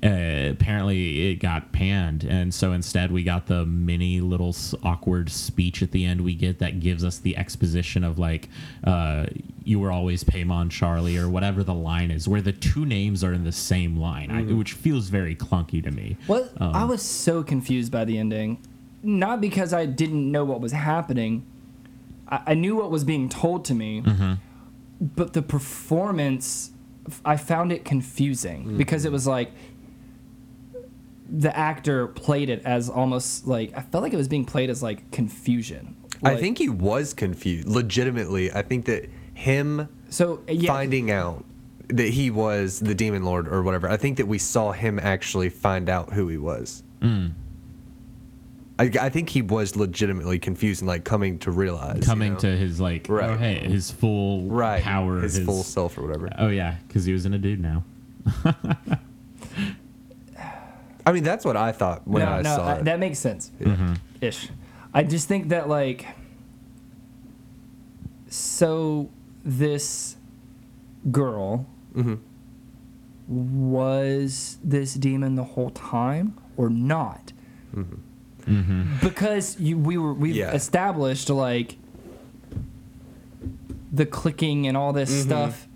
[SPEAKER 5] uh, apparently it got panned and so instead we got the mini little s- awkward speech at the end we get that gives us the exposition of like uh, you were always paymon charlie or whatever the line is where the two names are in the same line I, which feels very clunky to me
[SPEAKER 4] What I
[SPEAKER 6] Oh.
[SPEAKER 4] was so confused by the ending, not because I didn't know what was happening. I, I knew what was being told to me,
[SPEAKER 6] Mm-hmm.
[SPEAKER 4] but the performance, f- I found it confusing
[SPEAKER 6] Mm.
[SPEAKER 4] because it was like the actor played it as almost like I felt like it was being played as like confusion.
[SPEAKER 6] I
[SPEAKER 4] Like-
[SPEAKER 6] think he was confused. Legitimately, I think that him
[SPEAKER 4] so. Yeah,
[SPEAKER 6] finding out that he was the demon lord or whatever. I think that we saw him actually find out who he was.
[SPEAKER 5] Mm.
[SPEAKER 6] I, I think he was legitimately confused and like coming to realize. you
[SPEAKER 5] coming
[SPEAKER 6] know?
[SPEAKER 5] to his like
[SPEAKER 6] Right.
[SPEAKER 5] oh, hey his full
[SPEAKER 6] right
[SPEAKER 5] power
[SPEAKER 6] his, full self or whatever.
[SPEAKER 5] oh yeah because he was in a dude now
[SPEAKER 6] I mean, that's what I thought when
[SPEAKER 4] no,
[SPEAKER 6] I
[SPEAKER 4] no,
[SPEAKER 6] saw
[SPEAKER 4] I-
[SPEAKER 6] it.
[SPEAKER 4] that makes sense. Ish. I just think that like so this girl
[SPEAKER 6] Mm-hmm.
[SPEAKER 4] was this demon the whole time or not? Because you we were we
[SPEAKER 6] Mm-hmm. Yeah.
[SPEAKER 4] have established like the clicking and all this
[SPEAKER 6] Mm-hmm.
[SPEAKER 4] stuff.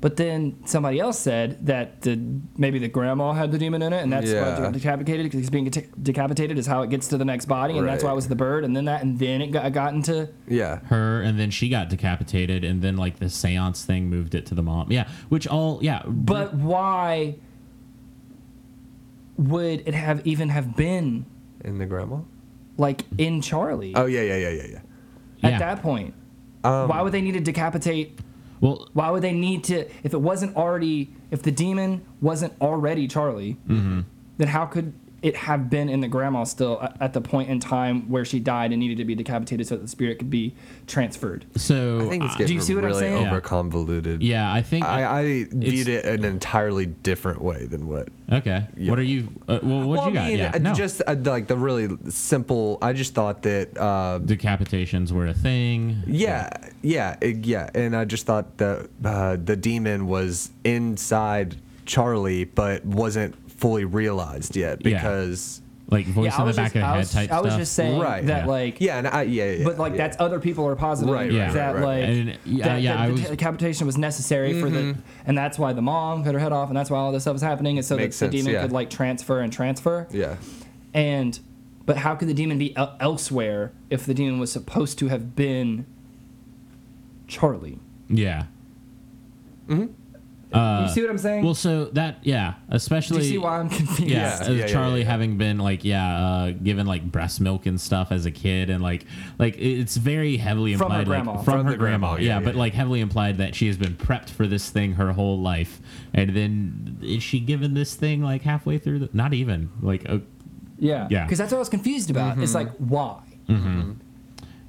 [SPEAKER 4] But then somebody else said that the maybe the grandma had the demon in it, and that's why
[SPEAKER 6] Yeah.
[SPEAKER 4] it decapitated because being deta- decapitated is how it gets to the next body, and that's why it
[SPEAKER 6] Right.
[SPEAKER 4] was the bird, and then that, and then it got, got into
[SPEAKER 6] yeah.
[SPEAKER 5] her and then she got decapitated and then like the seance thing moved it to the mom yeah which all yeah
[SPEAKER 4] But why would it have even have been
[SPEAKER 6] And the grandma?
[SPEAKER 4] like in Charlie
[SPEAKER 6] Oh, yeah, yeah, yeah, yeah, yeah.
[SPEAKER 4] at
[SPEAKER 5] yeah.
[SPEAKER 4] that point?
[SPEAKER 6] Um,
[SPEAKER 4] why would they need to decapitate?
[SPEAKER 5] well
[SPEAKER 4] Why would they need to if it wasn't already if the demon wasn't already Charlie?
[SPEAKER 6] Mm-hmm.
[SPEAKER 4] Then how could it have been in the grandma still a- at the point in time where she died and needed to be decapitated so that the spirit could be transferred?
[SPEAKER 5] so
[SPEAKER 6] I think it's
[SPEAKER 5] I-
[SPEAKER 6] getting
[SPEAKER 4] you see what I'm
[SPEAKER 6] really
[SPEAKER 4] saying?
[SPEAKER 5] Yeah.
[SPEAKER 6] over convoluted.
[SPEAKER 5] yeah i think
[SPEAKER 6] Uh, I, I viewed
[SPEAKER 5] It's-
[SPEAKER 6] it in an entirely different way than what
[SPEAKER 5] okay what are you uh, well what
[SPEAKER 6] Well,
[SPEAKER 5] you
[SPEAKER 6] I
[SPEAKER 5] got
[SPEAKER 6] mean,
[SPEAKER 5] yeah
[SPEAKER 6] uh,
[SPEAKER 5] no.
[SPEAKER 6] just uh, like the really simple. I just thought that, uh,
[SPEAKER 5] decapitations were a thing
[SPEAKER 6] yeah, yeah, uh, yeah, and I just thought that uh, the demon was inside Charlie, but wasn't fully realized yet
[SPEAKER 5] Yeah.
[SPEAKER 6] because
[SPEAKER 5] like voice
[SPEAKER 4] yeah, I
[SPEAKER 5] in the
[SPEAKER 4] was
[SPEAKER 5] back
[SPEAKER 4] just,
[SPEAKER 5] of the
[SPEAKER 4] I
[SPEAKER 5] head
[SPEAKER 4] was,
[SPEAKER 5] type
[SPEAKER 4] I was
[SPEAKER 5] stuff
[SPEAKER 4] just saying
[SPEAKER 6] Right.
[SPEAKER 4] that
[SPEAKER 5] Yeah.
[SPEAKER 4] like
[SPEAKER 6] yeah, and I, yeah, yeah,
[SPEAKER 4] but like
[SPEAKER 6] yeah.
[SPEAKER 4] that's other people are positive
[SPEAKER 6] Right,
[SPEAKER 5] right,
[SPEAKER 4] that
[SPEAKER 6] right, right.
[SPEAKER 4] like
[SPEAKER 5] And, yeah,
[SPEAKER 4] that,
[SPEAKER 5] yeah,
[SPEAKER 4] that
[SPEAKER 5] I
[SPEAKER 4] the
[SPEAKER 5] was-
[SPEAKER 4] decapitation was necessary for the
[SPEAKER 6] Mm-hmm.
[SPEAKER 4] and that's why the mom cut her head off and that's why all this stuff was happening is so
[SPEAKER 6] Makes
[SPEAKER 4] that the
[SPEAKER 6] sense,
[SPEAKER 4] demon
[SPEAKER 6] yeah.
[SPEAKER 4] could like transfer and transfer
[SPEAKER 6] yeah,
[SPEAKER 4] and but how could the demon be el- elsewhere if the demon was supposed to have been Charlie.
[SPEAKER 5] Yeah.
[SPEAKER 4] you see what I'm saying?
[SPEAKER 5] Uh, Well, so that yeah,
[SPEAKER 4] Do
[SPEAKER 5] especially
[SPEAKER 4] you see why I'm confused?
[SPEAKER 5] yeah,
[SPEAKER 6] Yeah,
[SPEAKER 5] uh,
[SPEAKER 6] yeah, yeah,
[SPEAKER 5] Charlie
[SPEAKER 6] yeah, yeah.
[SPEAKER 5] having been like yeah, uh, given like breast milk and stuff as a kid, and like like it- it's very heavily
[SPEAKER 4] From her
[SPEAKER 5] implied
[SPEAKER 4] grandma.
[SPEAKER 5] like from,
[SPEAKER 6] From
[SPEAKER 5] her
[SPEAKER 6] the
[SPEAKER 5] grandma,
[SPEAKER 6] grandma,
[SPEAKER 5] yeah,
[SPEAKER 6] yeah, yeah,
[SPEAKER 5] but
[SPEAKER 6] yeah.
[SPEAKER 5] like heavily implied that she has been prepped for this thing her whole life, and then is she given this thing like halfway through? The, not even like uh,
[SPEAKER 4] Yeah.
[SPEAKER 5] Yeah.
[SPEAKER 4] Because that's what I was confused about. It's
[SPEAKER 5] Mm-hmm.
[SPEAKER 4] like, why?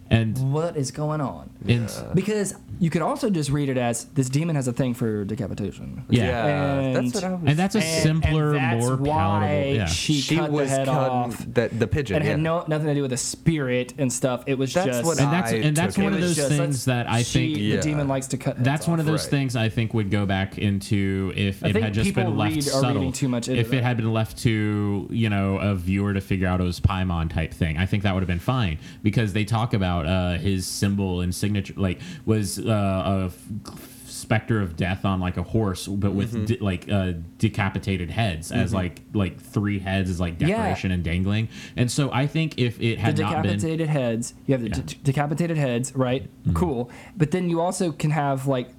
[SPEAKER 5] and
[SPEAKER 4] What is going on?
[SPEAKER 5] and
[SPEAKER 6] Uh,
[SPEAKER 4] Because you could also just read it as this demon has a thing for decapitation.
[SPEAKER 5] Yeah.
[SPEAKER 4] And-
[SPEAKER 6] that's what I was.
[SPEAKER 5] and that's a simpler,
[SPEAKER 4] and that's
[SPEAKER 5] more
[SPEAKER 4] why
[SPEAKER 5] palatable. Yeah.
[SPEAKER 4] She,
[SPEAKER 6] she
[SPEAKER 4] cut
[SPEAKER 6] was
[SPEAKER 4] the head
[SPEAKER 6] cutting
[SPEAKER 4] off.
[SPEAKER 6] that the pigeon.
[SPEAKER 4] and it
[SPEAKER 6] yeah.
[SPEAKER 4] had no nothing to do with the spirit and stuff. It was
[SPEAKER 6] That's
[SPEAKER 4] just
[SPEAKER 6] what
[SPEAKER 5] and that's
[SPEAKER 6] I
[SPEAKER 5] and that's
[SPEAKER 6] took
[SPEAKER 5] one
[SPEAKER 6] it
[SPEAKER 5] of
[SPEAKER 6] as
[SPEAKER 5] those
[SPEAKER 4] just,
[SPEAKER 5] things that I
[SPEAKER 4] she-
[SPEAKER 5] think
[SPEAKER 4] the
[SPEAKER 6] Yeah.
[SPEAKER 4] demon likes to cut. heads
[SPEAKER 5] That's one of
[SPEAKER 4] off.
[SPEAKER 5] those
[SPEAKER 6] Right.
[SPEAKER 5] things I think would go back into if
[SPEAKER 4] I
[SPEAKER 5] it
[SPEAKER 4] think
[SPEAKER 5] had just
[SPEAKER 4] people
[SPEAKER 5] been left
[SPEAKER 4] read- are
[SPEAKER 5] subtle.
[SPEAKER 4] reading too much into
[SPEAKER 5] if it
[SPEAKER 4] that.
[SPEAKER 5] had been left to you know a viewer to figure out it was Paimon type thing, I think that would have been fine because they talk about uh, his symbol and signature like was uh, a f- specter of death on like a horse, but with
[SPEAKER 4] Mm-hmm.
[SPEAKER 5] de- like uh, decapitated heads as like like three heads as like
[SPEAKER 4] Yeah.
[SPEAKER 5] decoration and dangling. And so I think if it
[SPEAKER 4] The
[SPEAKER 5] had not been
[SPEAKER 4] decapitated heads. You have the de- decapitated heads, right?
[SPEAKER 5] Mm-hmm.
[SPEAKER 4] Cool. But then you also can have like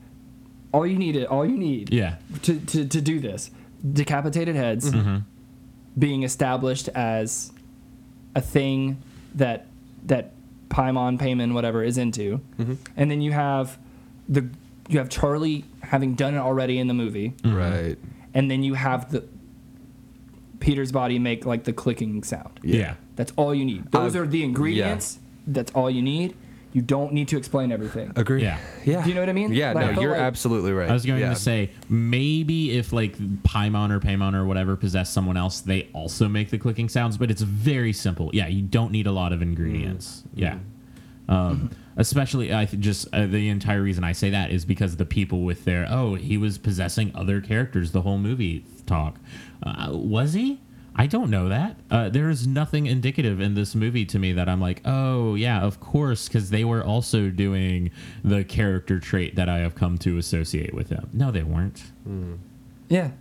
[SPEAKER 4] all you need. All you need.
[SPEAKER 5] yeah
[SPEAKER 4] To to, to do this, decapitated heads being established as a thing that that Paimon, Payman, whatever is into, and then you have the you have Charlie having done it already in the movie.
[SPEAKER 6] right.
[SPEAKER 4] and then you have the Peter's body make like the clicking sound.
[SPEAKER 5] yeah.
[SPEAKER 4] That's all you need. Those
[SPEAKER 6] Uh,
[SPEAKER 4] are the ingredients. That's all you need. You don't need to explain everything.
[SPEAKER 6] Agree.
[SPEAKER 5] Yeah.
[SPEAKER 6] Yeah.
[SPEAKER 4] Do you know what I mean?
[SPEAKER 6] Yeah.
[SPEAKER 4] Like, I
[SPEAKER 6] no,
[SPEAKER 4] feel
[SPEAKER 6] you're
[SPEAKER 4] like-
[SPEAKER 6] absolutely right.
[SPEAKER 5] I was going
[SPEAKER 6] Yeah.
[SPEAKER 5] to say maybe if like Paimon or Paimon or whatever possess someone else, they also make the clicking sounds, but it's very simple. Yeah, you don't need a lot of ingredients.
[SPEAKER 6] Mm.
[SPEAKER 5] Yeah. Um, especially, I th- just uh, the entire reason I say that is because the people with their oh he was possessing other characters the whole movie talk uh, was he? I don't know that. Uh, there is nothing indicative in this movie to me that I'm like, oh yeah, of course, because they were also doing the character trait that I have come to associate with them. No, they weren't.
[SPEAKER 4] Yeah.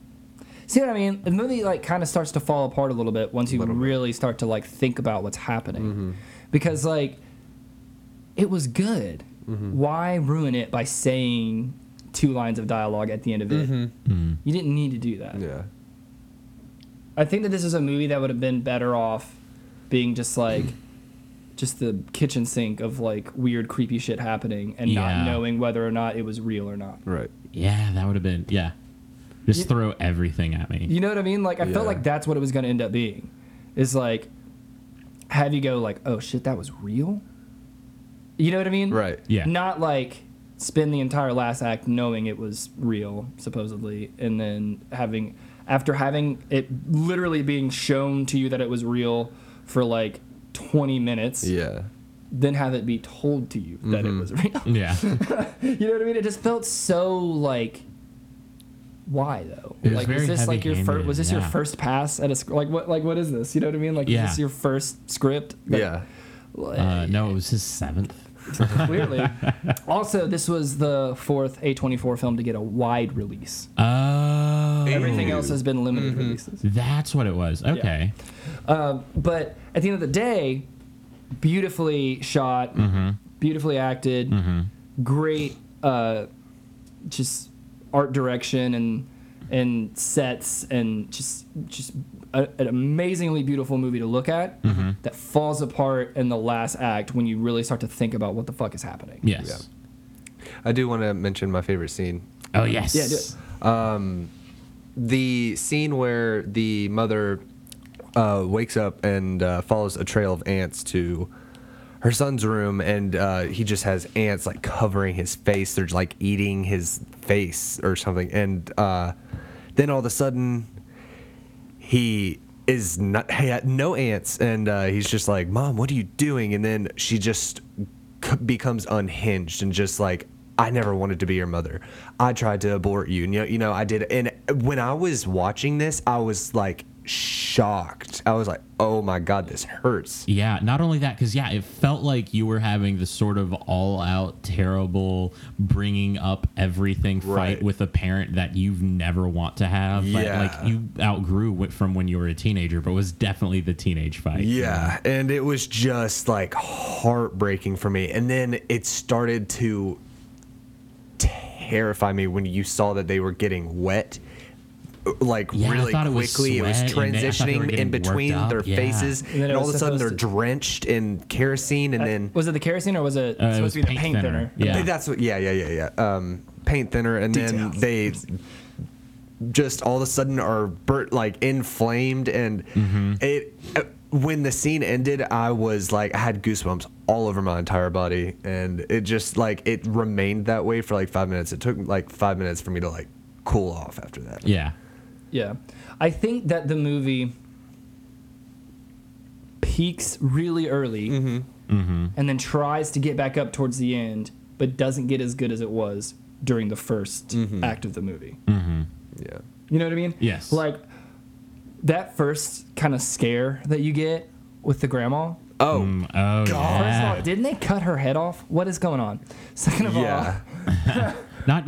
[SPEAKER 4] See what I mean? The movie like kind of starts to fall apart a little bit Mm-hmm. once you really start to like think about what's happening, because like it was good. Why ruin it by saying two lines of dialogue at the end of it? You didn't need to do that.
[SPEAKER 6] Yeah.
[SPEAKER 4] I think that this is a movie that would have been better off being just like (clears throat) just the kitchen sink of like weird creepy shit happening and
[SPEAKER 5] Yeah.
[SPEAKER 4] not knowing whether or not it was real or not.
[SPEAKER 6] Right.
[SPEAKER 5] Yeah, that would have been yeah. Just throw everything at me.
[SPEAKER 4] You know what I mean? Like I
[SPEAKER 6] Yeah.
[SPEAKER 4] felt like that's what it was going to end up being. Is like have you go like, "Oh shit, that was real?" You know what I mean?
[SPEAKER 6] Right.
[SPEAKER 5] Yeah.
[SPEAKER 4] Not like spend the entire last act knowing it was real supposedly and then having after having it literally being shown to you that it was real for like 20 minutes
[SPEAKER 6] Yeah. Mm-hmm.
[SPEAKER 4] then have it be told to you that it was real
[SPEAKER 5] (laughs) Yeah.
[SPEAKER 4] you know what i mean it just felt so like why though
[SPEAKER 5] It was
[SPEAKER 4] like
[SPEAKER 5] very
[SPEAKER 4] was this like your first
[SPEAKER 5] heavy-handed,
[SPEAKER 4] was this your
[SPEAKER 5] yeah.
[SPEAKER 4] first pass at a sc- like what like what is this you know what i mean like
[SPEAKER 5] Yeah.
[SPEAKER 4] is this your first script Like,
[SPEAKER 6] Yeah.
[SPEAKER 4] like-
[SPEAKER 5] Uh, no, it was his seventh.
[SPEAKER 4] (laughs)
[SPEAKER 5] Uh.
[SPEAKER 4] clearly. also, this was the fourth A24 film to get a wide release.
[SPEAKER 5] Oh,
[SPEAKER 4] Everything else has been limited releases.
[SPEAKER 5] That's what it was. Okay.
[SPEAKER 4] Um, but at the end of the day, beautifully shot,
[SPEAKER 5] Mm-hmm.
[SPEAKER 4] beautifully acted, great, uh, just art direction and and sets and just just a, an amazingly beautiful movie to look at
[SPEAKER 5] Mm-hmm.
[SPEAKER 4] that falls apart in the last act when you really start to think about what the fuck is happening.
[SPEAKER 5] Yes.
[SPEAKER 6] I do want to mention my favorite scene.
[SPEAKER 5] Oh yes.
[SPEAKER 4] Yeah, do it.
[SPEAKER 6] The scene where the mother uh, wakes up and uh, follows a trail of ants to her son's room, and uh, he just has ants like covering his face. They're like eating his face or something. And uh, then all of a sudden, he is not he had no ants and uh, he's just like mom what are you doing and then she just c- becomes unhinged and just like i never wanted to be your mother i tried to abort you and you know, you know i did and when i was watching this i was like shocked i was like oh my god this hurts
[SPEAKER 5] Yeah, not only that, because yeah, it felt like you were having this sort of all-out, terrible, bringing up everything
[SPEAKER 6] Right.
[SPEAKER 5] fight with a parent that you've never want to have. but,
[SPEAKER 6] Yeah.
[SPEAKER 5] like you outgrew wh- from when you were a teenager, but it was definitely the teenage fight.
[SPEAKER 6] Yeah, and it was just like heartbreaking for me. And then it started to terrify me when you saw that they were getting wet. Like
[SPEAKER 5] Yeah, I
[SPEAKER 6] really
[SPEAKER 5] thought it was
[SPEAKER 6] quickly,
[SPEAKER 5] sweat and they- I thought they were
[SPEAKER 6] transitioning
[SPEAKER 5] getting
[SPEAKER 6] in
[SPEAKER 5] worked
[SPEAKER 6] between
[SPEAKER 5] up,
[SPEAKER 6] their
[SPEAKER 5] yeah.
[SPEAKER 6] faces,
[SPEAKER 5] And
[SPEAKER 4] then
[SPEAKER 6] and,
[SPEAKER 4] it
[SPEAKER 6] all
[SPEAKER 4] was
[SPEAKER 6] of a sudden they're
[SPEAKER 4] supposed to-
[SPEAKER 6] drenched in kerosene, and then
[SPEAKER 4] was it the kerosene or was it
[SPEAKER 5] Uh,
[SPEAKER 4] supposed
[SPEAKER 5] it was
[SPEAKER 4] to be the paint thinner?
[SPEAKER 5] Yeah.
[SPEAKER 6] That's what. Yeah, yeah, yeah, yeah. Um, paint thinner, and
[SPEAKER 4] Details.
[SPEAKER 6] then they just all of a sudden are burnt, like inflamed, and
[SPEAKER 5] Mm-hmm.
[SPEAKER 6] it. Uh, when the scene ended, I was like, I had goosebumps all over my entire body, and it just like it remained that way for like five minutes. It took like five minutes for me to like cool off after that.
[SPEAKER 5] yeah.
[SPEAKER 4] Yeah. I think that the movie peaks really early
[SPEAKER 5] Mm-hmm.
[SPEAKER 4] and then tries to get back up towards the end, but doesn't get as good as it was during the 1st act of the movie.
[SPEAKER 6] Yeah.
[SPEAKER 4] You know what I mean?
[SPEAKER 5] Mm. Yes.
[SPEAKER 4] Like that first kind of scare that you get with the grandma.
[SPEAKER 6] Oh.
[SPEAKER 5] Mm, oh
[SPEAKER 4] First of all,
[SPEAKER 5] yeah.
[SPEAKER 4] didn't they cut her head off? What is going on? Second
[SPEAKER 5] Mm.
[SPEAKER 4] of
[SPEAKER 6] Yeah.
[SPEAKER 4] all,
[SPEAKER 5] Not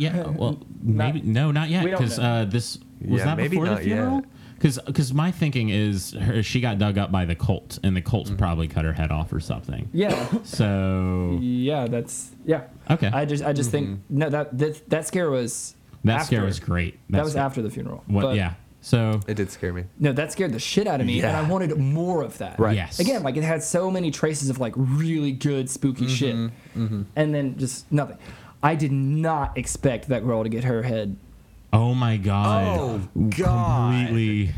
[SPEAKER 4] (laughs)
[SPEAKER 5] yet. Well, maybe no, not yet.
[SPEAKER 4] we don't
[SPEAKER 5] Because
[SPEAKER 4] know.
[SPEAKER 5] uh, this was
[SPEAKER 6] Yeah,
[SPEAKER 5] that
[SPEAKER 6] maybe
[SPEAKER 5] before the
[SPEAKER 6] not yet.
[SPEAKER 5] funeral. Because my thinking is her, she got dug up by the Colt, and the Colt's
[SPEAKER 6] Mm-hmm.
[SPEAKER 5] probably cut her head off or something.
[SPEAKER 4] yeah.
[SPEAKER 5] So
[SPEAKER 4] Yeah, that's yeah.
[SPEAKER 5] Okay.
[SPEAKER 4] I just I just think no that that that scare was
[SPEAKER 5] that scare
[SPEAKER 4] after.
[SPEAKER 5] was great.
[SPEAKER 4] That was
[SPEAKER 5] sca-
[SPEAKER 4] after the funeral.
[SPEAKER 5] What?
[SPEAKER 4] But,
[SPEAKER 5] yeah. So
[SPEAKER 6] It did scare me.
[SPEAKER 4] No, that scared the shit out of me, and
[SPEAKER 6] Yeah.
[SPEAKER 4] I wanted more of that.
[SPEAKER 6] Right.
[SPEAKER 5] yes.
[SPEAKER 4] Again, like it had so many traces of like really good spooky shit, and then just nothing. I did not expect that girl to get her head.
[SPEAKER 5] Oh my god.
[SPEAKER 6] Oh, God.
[SPEAKER 5] Completely.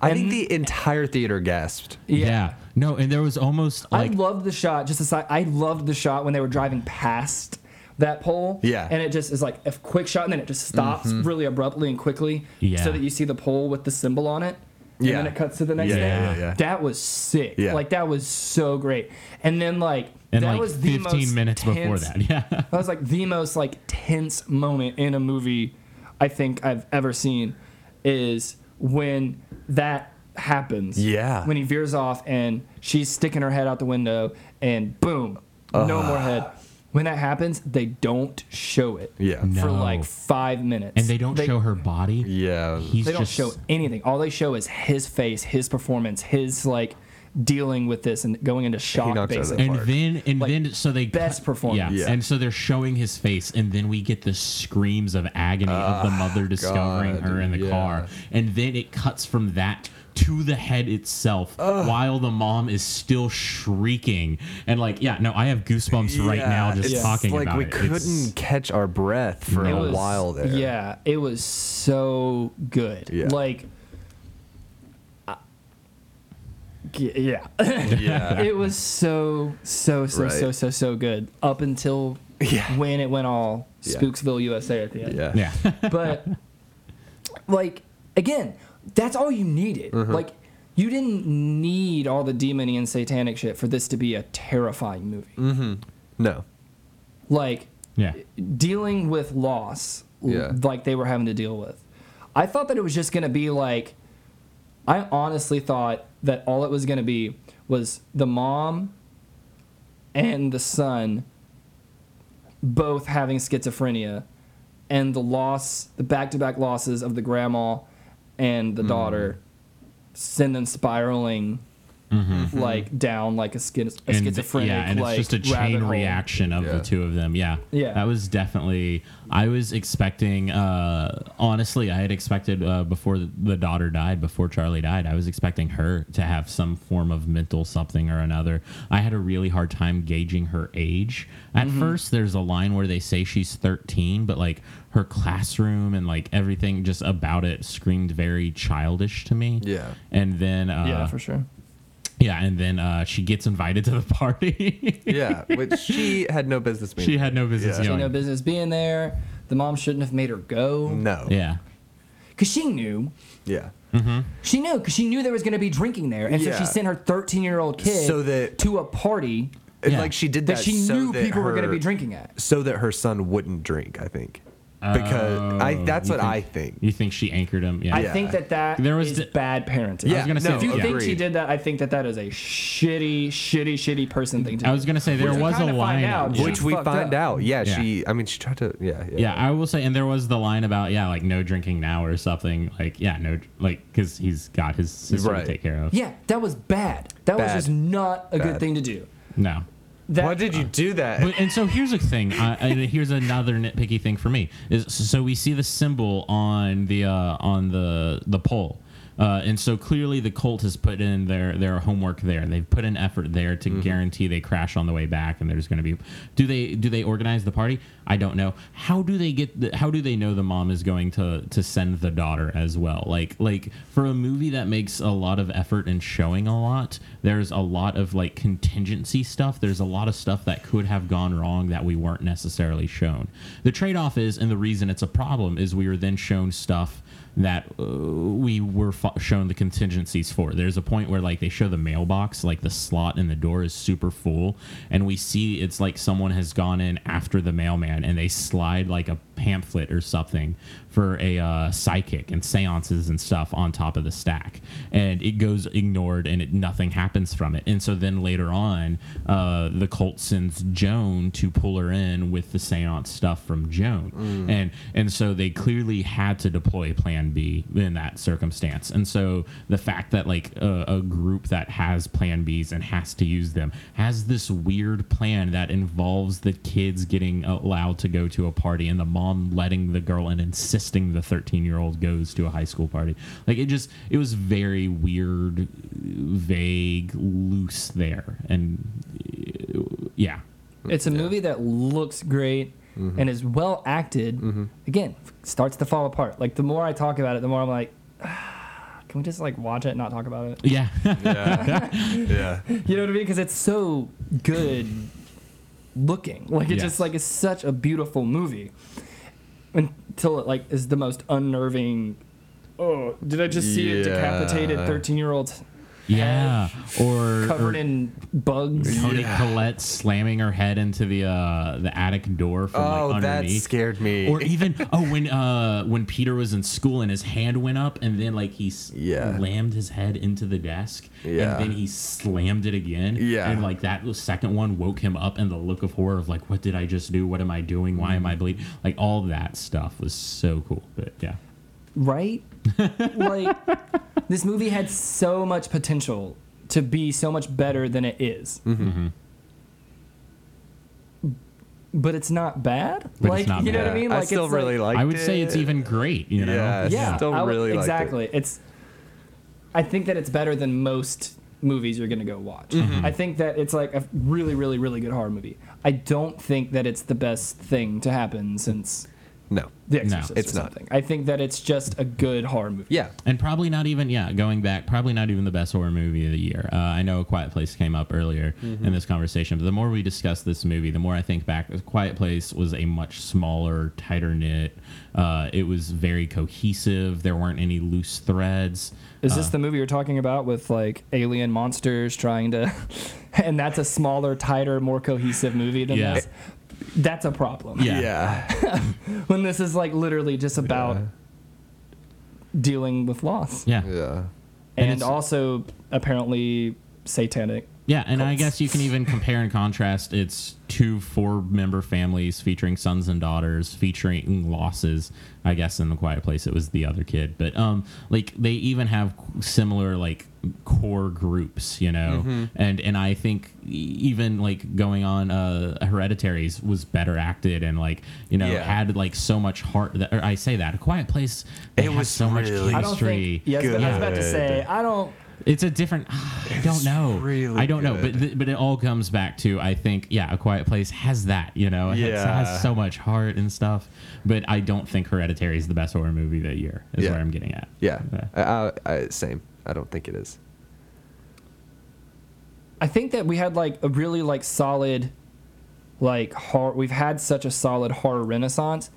[SPEAKER 6] I think the entire theater gasped.
[SPEAKER 5] Yeah. No, and there was almost like
[SPEAKER 4] I loved the shot. Just aside, I loved the shot when they were driving past that pole.
[SPEAKER 6] Yeah.
[SPEAKER 4] And it just is like a quick shot, and then it just stops really abruptly and quickly,
[SPEAKER 5] Mm-hmm. Yeah.
[SPEAKER 4] so that you see the pole with the symbol on it. And
[SPEAKER 6] Yeah.
[SPEAKER 4] then it cuts to the next
[SPEAKER 6] Yeah,
[SPEAKER 4] day.
[SPEAKER 5] yeah,
[SPEAKER 6] yeah, yeah.
[SPEAKER 4] That was sick.
[SPEAKER 6] Yeah.
[SPEAKER 4] Like that was so great. And then like
[SPEAKER 5] and
[SPEAKER 4] that
[SPEAKER 5] like
[SPEAKER 4] was the
[SPEAKER 5] 15
[SPEAKER 4] most
[SPEAKER 5] minutes before
[SPEAKER 4] tense-
[SPEAKER 5] that. (laughs) Yeah.
[SPEAKER 4] (laughs) That was like the most like tense moment in a movie I think I've ever seen is when that happens.
[SPEAKER 6] Yeah.
[SPEAKER 4] When he veers off and she's sticking her head out the window and boom, no more head. When that happens, they don't show it.
[SPEAKER 6] Yeah.
[SPEAKER 4] For
[SPEAKER 5] No.
[SPEAKER 4] like five minutes.
[SPEAKER 5] And they don't show her body.
[SPEAKER 6] Yeah.
[SPEAKER 5] He's
[SPEAKER 4] They don't
[SPEAKER 5] just
[SPEAKER 4] show anything. All they show is his face, his performance, his like dealing with this and going into shock
[SPEAKER 6] knocked out of
[SPEAKER 4] basically.
[SPEAKER 6] it.
[SPEAKER 5] and
[SPEAKER 6] Park.
[SPEAKER 5] then and
[SPEAKER 4] Like,
[SPEAKER 5] then so they
[SPEAKER 4] best
[SPEAKER 5] cut-
[SPEAKER 4] performance.
[SPEAKER 5] Yeah.
[SPEAKER 6] Yeah.
[SPEAKER 5] and so they're showing his face, and then we get the screams of agony of the mother discovering
[SPEAKER 6] Ah, God,
[SPEAKER 5] her in the
[SPEAKER 6] yeah.
[SPEAKER 5] car, and then it cuts from that to the head itself while the mom is still shrieking and like yeah no i have goosebumps right now just
[SPEAKER 6] it's
[SPEAKER 5] talking
[SPEAKER 6] like
[SPEAKER 5] about
[SPEAKER 6] we
[SPEAKER 5] it
[SPEAKER 6] couldn't
[SPEAKER 5] It's-
[SPEAKER 6] catch our breath for
[SPEAKER 4] It
[SPEAKER 6] a
[SPEAKER 4] was-
[SPEAKER 6] while
[SPEAKER 5] (laughs)
[SPEAKER 6] there.
[SPEAKER 4] Yeah, it was so good.
[SPEAKER 6] Yeah.
[SPEAKER 4] Like, I- g- yeah, (laughs)
[SPEAKER 6] (laughs) Yeah.
[SPEAKER 4] it was so so so
[SPEAKER 6] Right.
[SPEAKER 4] so so so good up until
[SPEAKER 6] (laughs) Yeah.
[SPEAKER 4] when it went all
[SPEAKER 6] Yeah.
[SPEAKER 4] Spooksville, USA at the end.
[SPEAKER 6] yeah.
[SPEAKER 5] yeah
[SPEAKER 4] (laughs)
[SPEAKER 5] (laughs)
[SPEAKER 4] But like again, that's all you needed.
[SPEAKER 6] Mm-hmm.
[SPEAKER 4] Like. You didn't need all the demony and satanic shit for this to be a terrifying movie.
[SPEAKER 6] Mm. No.
[SPEAKER 4] Like,
[SPEAKER 5] yeah
[SPEAKER 4] dealing with loss l-
[SPEAKER 6] Yeah.
[SPEAKER 4] like they were having to deal with. I thought that it was just going to be like I honestly thought that all it was going to be was the mom and the son both having schizophrenia and the loss, the back-to-back losses of the grandma and the daughter send them spiraling like down like a, schiz- a
[SPEAKER 5] And-
[SPEAKER 4] schizophrenic
[SPEAKER 5] Yeah, and
[SPEAKER 4] like
[SPEAKER 5] it's just a
[SPEAKER 4] rabbit
[SPEAKER 5] chain
[SPEAKER 4] hole.
[SPEAKER 5] reaction of
[SPEAKER 6] Yeah.
[SPEAKER 5] the two of them. Yeah,
[SPEAKER 4] Yeah.
[SPEAKER 5] That was definitely. I was expecting. Uh, honestly, I had expected uh, before the daughter died, before Charlie died, I was expecting her to have some form of mental something or another. I had a really hard time gauging her age. At
[SPEAKER 4] Mm-hmm.
[SPEAKER 5] first, there's a line where they say she's 13, but like her classroom and like everything just about it screamed very childish to me.
[SPEAKER 6] Yeah.
[SPEAKER 5] And then uh,
[SPEAKER 4] Yeah, for sure.
[SPEAKER 5] yeah, and then uh, she gets invited to the (laughs) party.
[SPEAKER 6] Yeah. Which she had no business being.
[SPEAKER 5] She had no business
[SPEAKER 6] Yeah.
[SPEAKER 5] yeah.
[SPEAKER 4] She had no business being there. The mom shouldn't have made her go
[SPEAKER 6] No.
[SPEAKER 5] Yeah.
[SPEAKER 4] because she knew.
[SPEAKER 6] Yeah.
[SPEAKER 4] She knew because she knew there was going to be drinking there, and so
[SPEAKER 6] Yeah.
[SPEAKER 4] she sent her 13 year old kid
[SPEAKER 6] So that-
[SPEAKER 4] to a party
[SPEAKER 6] And,
[SPEAKER 5] Yeah.
[SPEAKER 6] Like she did
[SPEAKER 4] that
[SPEAKER 6] that,
[SPEAKER 4] she
[SPEAKER 6] so
[SPEAKER 4] knew
[SPEAKER 6] that
[SPEAKER 4] people were going to
[SPEAKER 6] her-
[SPEAKER 4] be drinking at.
[SPEAKER 6] So that her son wouldn't drink, I think. Because I
[SPEAKER 5] Oh,
[SPEAKER 6] that's
[SPEAKER 5] you
[SPEAKER 6] what
[SPEAKER 5] think-
[SPEAKER 6] I think.
[SPEAKER 5] You think she anchored him? Yeah.
[SPEAKER 4] I
[SPEAKER 6] Yeah.
[SPEAKER 4] think that that
[SPEAKER 5] There was
[SPEAKER 4] is
[SPEAKER 5] the-
[SPEAKER 4] bad parenting.
[SPEAKER 6] Yeah,
[SPEAKER 5] gonna say,
[SPEAKER 6] no,
[SPEAKER 4] If you think she
[SPEAKER 6] agreed.
[SPEAKER 4] did that, I think that that is a shitty, shitty, shitty person thing to do.
[SPEAKER 5] I was gonna say there
[SPEAKER 4] Which we
[SPEAKER 5] was a
[SPEAKER 4] kinda find
[SPEAKER 5] line.
[SPEAKER 4] out.
[SPEAKER 5] yeah.
[SPEAKER 6] Which
[SPEAKER 4] She
[SPEAKER 6] we
[SPEAKER 4] fucked
[SPEAKER 6] find
[SPEAKER 4] up.
[SPEAKER 6] out. Yeah,
[SPEAKER 5] Yeah.
[SPEAKER 6] she I mean she tried to yeah, yeah.
[SPEAKER 5] yeah, I will say, and there was the line about yeah, like no drinking now or something. Like yeah, no, like because he's got his sister
[SPEAKER 6] Right.
[SPEAKER 5] to take care of.
[SPEAKER 4] yeah, that was bad. That was
[SPEAKER 6] Bad.
[SPEAKER 4] just not a good
[SPEAKER 6] Bad.
[SPEAKER 4] thing to do.
[SPEAKER 5] No.
[SPEAKER 4] that
[SPEAKER 6] Why did you do that?
[SPEAKER 5] But, and so here's a thing. I, I, here's another nitpicky thing for me is so we see the symbol on the uh, on the the pole, uh, and so clearly the cult has put in their their homework there. They've put an effort there to guarantee they crash on the way back, and there's going to be. Do they do they organize the party? I don't know. How do they get? The, how do they know the mom is going to to send the daughter as well? Like like for a movie that makes a lot of effort and showing a lot, there's a lot of like contingency stuff. There's a lot of stuff that could have gone wrong that we weren't necessarily shown. The trade off is, and the reason it's a problem is we were then shown stuff that uh, we were fo- shown the contingencies for. There's a point where like they show the mailbox, like the slot in the door is super full, and we see it's like someone has gone in after the mailman and they slide like a pamphlet or something for a uh, psychic and seances and stuff on top of the stack, and it goes ignored and it, nothing happens from it. And so then later on, uh, the cult sends Joan to pull her in with the seance stuff from Joan, and and so they clearly had to deploy Plan B in that circumstance. And so the fact that like uh, a, a group that has Plan Bs and has to use them has this weird plan that involves the kids getting allowed to go to a party and the mom letting the girl and insisting the 13 year old goes to a high school party. Like it just it was very weird, vague, loose there, and uh, yeah.
[SPEAKER 4] It's a movie that looks great and is well acted. Again, f- starts to fall apart. Like the more I talk about it, the more I'm like, "Ah, can we just like watch it and not talk about it?
[SPEAKER 5] Yeah.
[SPEAKER 6] (laughs)
[SPEAKER 5] (laughs)
[SPEAKER 6] yeah.
[SPEAKER 4] You know what I mean? Because it's so good looking. Like it's
[SPEAKER 5] Yes.
[SPEAKER 4] just like it's such a beautiful movie until it like is the most unnerving. Oh, did I just see a decapitated
[SPEAKER 6] Yeah.
[SPEAKER 4] thirteen year old
[SPEAKER 5] yeah. Or or-
[SPEAKER 4] covered in bugs?
[SPEAKER 5] Tony
[SPEAKER 6] Yeah.
[SPEAKER 5] Collette slamming her head into the uh, the attic door from
[SPEAKER 6] Oh,
[SPEAKER 5] like,
[SPEAKER 6] that
[SPEAKER 5] underneath.
[SPEAKER 6] scared me. (laughs)
[SPEAKER 5] Or even (laughs) oh, when uh, when Peter was in school and his hand went up and then like he
[SPEAKER 6] Yeah.
[SPEAKER 5] slammed his head into the desk
[SPEAKER 6] Yeah.
[SPEAKER 5] and then he slammed it again.
[SPEAKER 6] Yeah.
[SPEAKER 5] and like that was- second one woke him up and the look of horror of like what did I just do? What am I doing? Why am I bleeding? Like all that stuff was so cool. But yeah,
[SPEAKER 4] right? like this movie had so much potential to be so much better than it is.
[SPEAKER 6] Mm-hmm.
[SPEAKER 4] But it's not bad.
[SPEAKER 5] But it's
[SPEAKER 4] like
[SPEAKER 5] not
[SPEAKER 4] you know
[SPEAKER 5] bad.
[SPEAKER 4] what I mean? Like
[SPEAKER 6] I still
[SPEAKER 4] it's
[SPEAKER 6] really
[SPEAKER 4] like,
[SPEAKER 6] like.
[SPEAKER 5] I would say it's even great. You know,
[SPEAKER 6] Yeah.
[SPEAKER 4] yeah,
[SPEAKER 6] still
[SPEAKER 4] I would-
[SPEAKER 6] really liked it.
[SPEAKER 4] exactly. It's I think that it's better than most movies you're gonna go watch.
[SPEAKER 6] Mm-hmm.
[SPEAKER 4] I think that it's like a really, really, really good horror movie. I don't think that it's the best thing to happen since
[SPEAKER 6] no.
[SPEAKER 4] The Exorcist
[SPEAKER 6] it's
[SPEAKER 4] or
[SPEAKER 6] not.
[SPEAKER 4] something. I think that it's just a good horror movie.
[SPEAKER 6] Yeah.
[SPEAKER 5] And probably not even, yeah, going back, probably not even the best horror movie of the year. Uh, I know A Quiet Place came up earlier in this conversation, but the more we discuss this movie, the more I think back. A Quiet Place was a much smaller, tighter knit. Uh, it was very cohesive. There weren't any loose threads.
[SPEAKER 4] Is
[SPEAKER 5] Uh.
[SPEAKER 4] this the movie you're talking about with like alien monsters trying to, (laughs) and that's a smaller, tighter, more cohesive movie than
[SPEAKER 5] Yeah.
[SPEAKER 4] this? That's a problem.
[SPEAKER 5] Yeah.
[SPEAKER 6] Yeah.
[SPEAKER 4] When this is like literally just about dealing with loss
[SPEAKER 5] Yeah.
[SPEAKER 6] Yeah.
[SPEAKER 5] And
[SPEAKER 4] and,
[SPEAKER 5] it's-
[SPEAKER 4] also apparently satanic.
[SPEAKER 5] Yeah, and I guess you can even compare and contrast its two four member families featuring sons and daughters, featuring losses. I guess in the quiet place it was the other kid, but um, like they even have similar like core groups, you know,
[SPEAKER 6] Mm-hmm.
[SPEAKER 5] and and I think e- even like going on uh, Hereditaries was better acted and like you know
[SPEAKER 6] Yeah.
[SPEAKER 5] had like so much heart. That, or I say that a quiet place. They
[SPEAKER 6] It
[SPEAKER 5] have
[SPEAKER 6] was
[SPEAKER 5] so
[SPEAKER 6] really-
[SPEAKER 5] much
[SPEAKER 4] I don't
[SPEAKER 5] chemistry.
[SPEAKER 4] think. Yes, but I was about to
[SPEAKER 6] Good.
[SPEAKER 4] say I don't.
[SPEAKER 5] It's a different. (sighs) I don't know.
[SPEAKER 6] really
[SPEAKER 5] I don't know, but th- but it all comes back to I think yeah, a quiet place has that you know. It has-
[SPEAKER 6] Yeah.
[SPEAKER 5] has so much heart and stuff. But I don't think Hereditary is the best horror movie that year. Is
[SPEAKER 6] Yeah.
[SPEAKER 5] where I'm getting at.
[SPEAKER 6] Yeah. I, I, I, same. I don't think it is.
[SPEAKER 4] I think that we had like a really like solid, like horror. We've had such a solid horror renaissance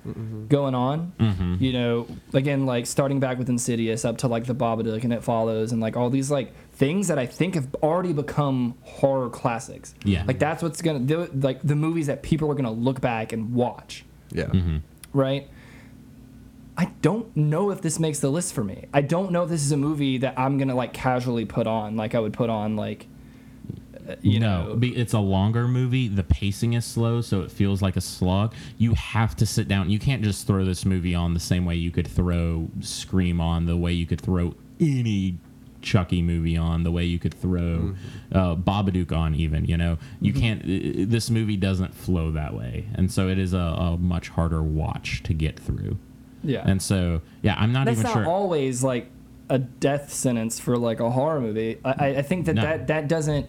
[SPEAKER 4] going on.
[SPEAKER 5] Mm-hmm.
[SPEAKER 4] You know, again, like starting back with Insidious up to like the Babadook and It Follows and like all these like things that I think have already become horror classics.
[SPEAKER 5] Yeah.
[SPEAKER 4] like that's what's gonna do. Like the movies that people are gonna look back and watch
[SPEAKER 6] Yeah.
[SPEAKER 5] Mm-hmm.
[SPEAKER 6] (laughs)
[SPEAKER 4] right? I don't know if this makes the list for me. I don't know if this is a movie that I'm gonna like casually put on, like I would put on like, uh, you
[SPEAKER 5] no,
[SPEAKER 4] know,
[SPEAKER 5] be- it's a longer movie. The pacing is slow, so it feels like a slog. You have to sit down. You can't just throw this movie on the same way you could throw Scream on, the way you could throw any Chucky movie on, the way you could throw
[SPEAKER 4] Mm-hmm.
[SPEAKER 5] uh, Babadook on, even. You know, you can't. i- i- This movie doesn't flow that way, and so it is a, a much harder watch to get through.
[SPEAKER 4] Yeah.
[SPEAKER 5] And so, yeah, I'm not
[SPEAKER 4] that's
[SPEAKER 5] even
[SPEAKER 4] not
[SPEAKER 5] sure.
[SPEAKER 4] always like a death sentence for like a horror movie. I, I- I think that,
[SPEAKER 5] No.
[SPEAKER 4] that that doesn't.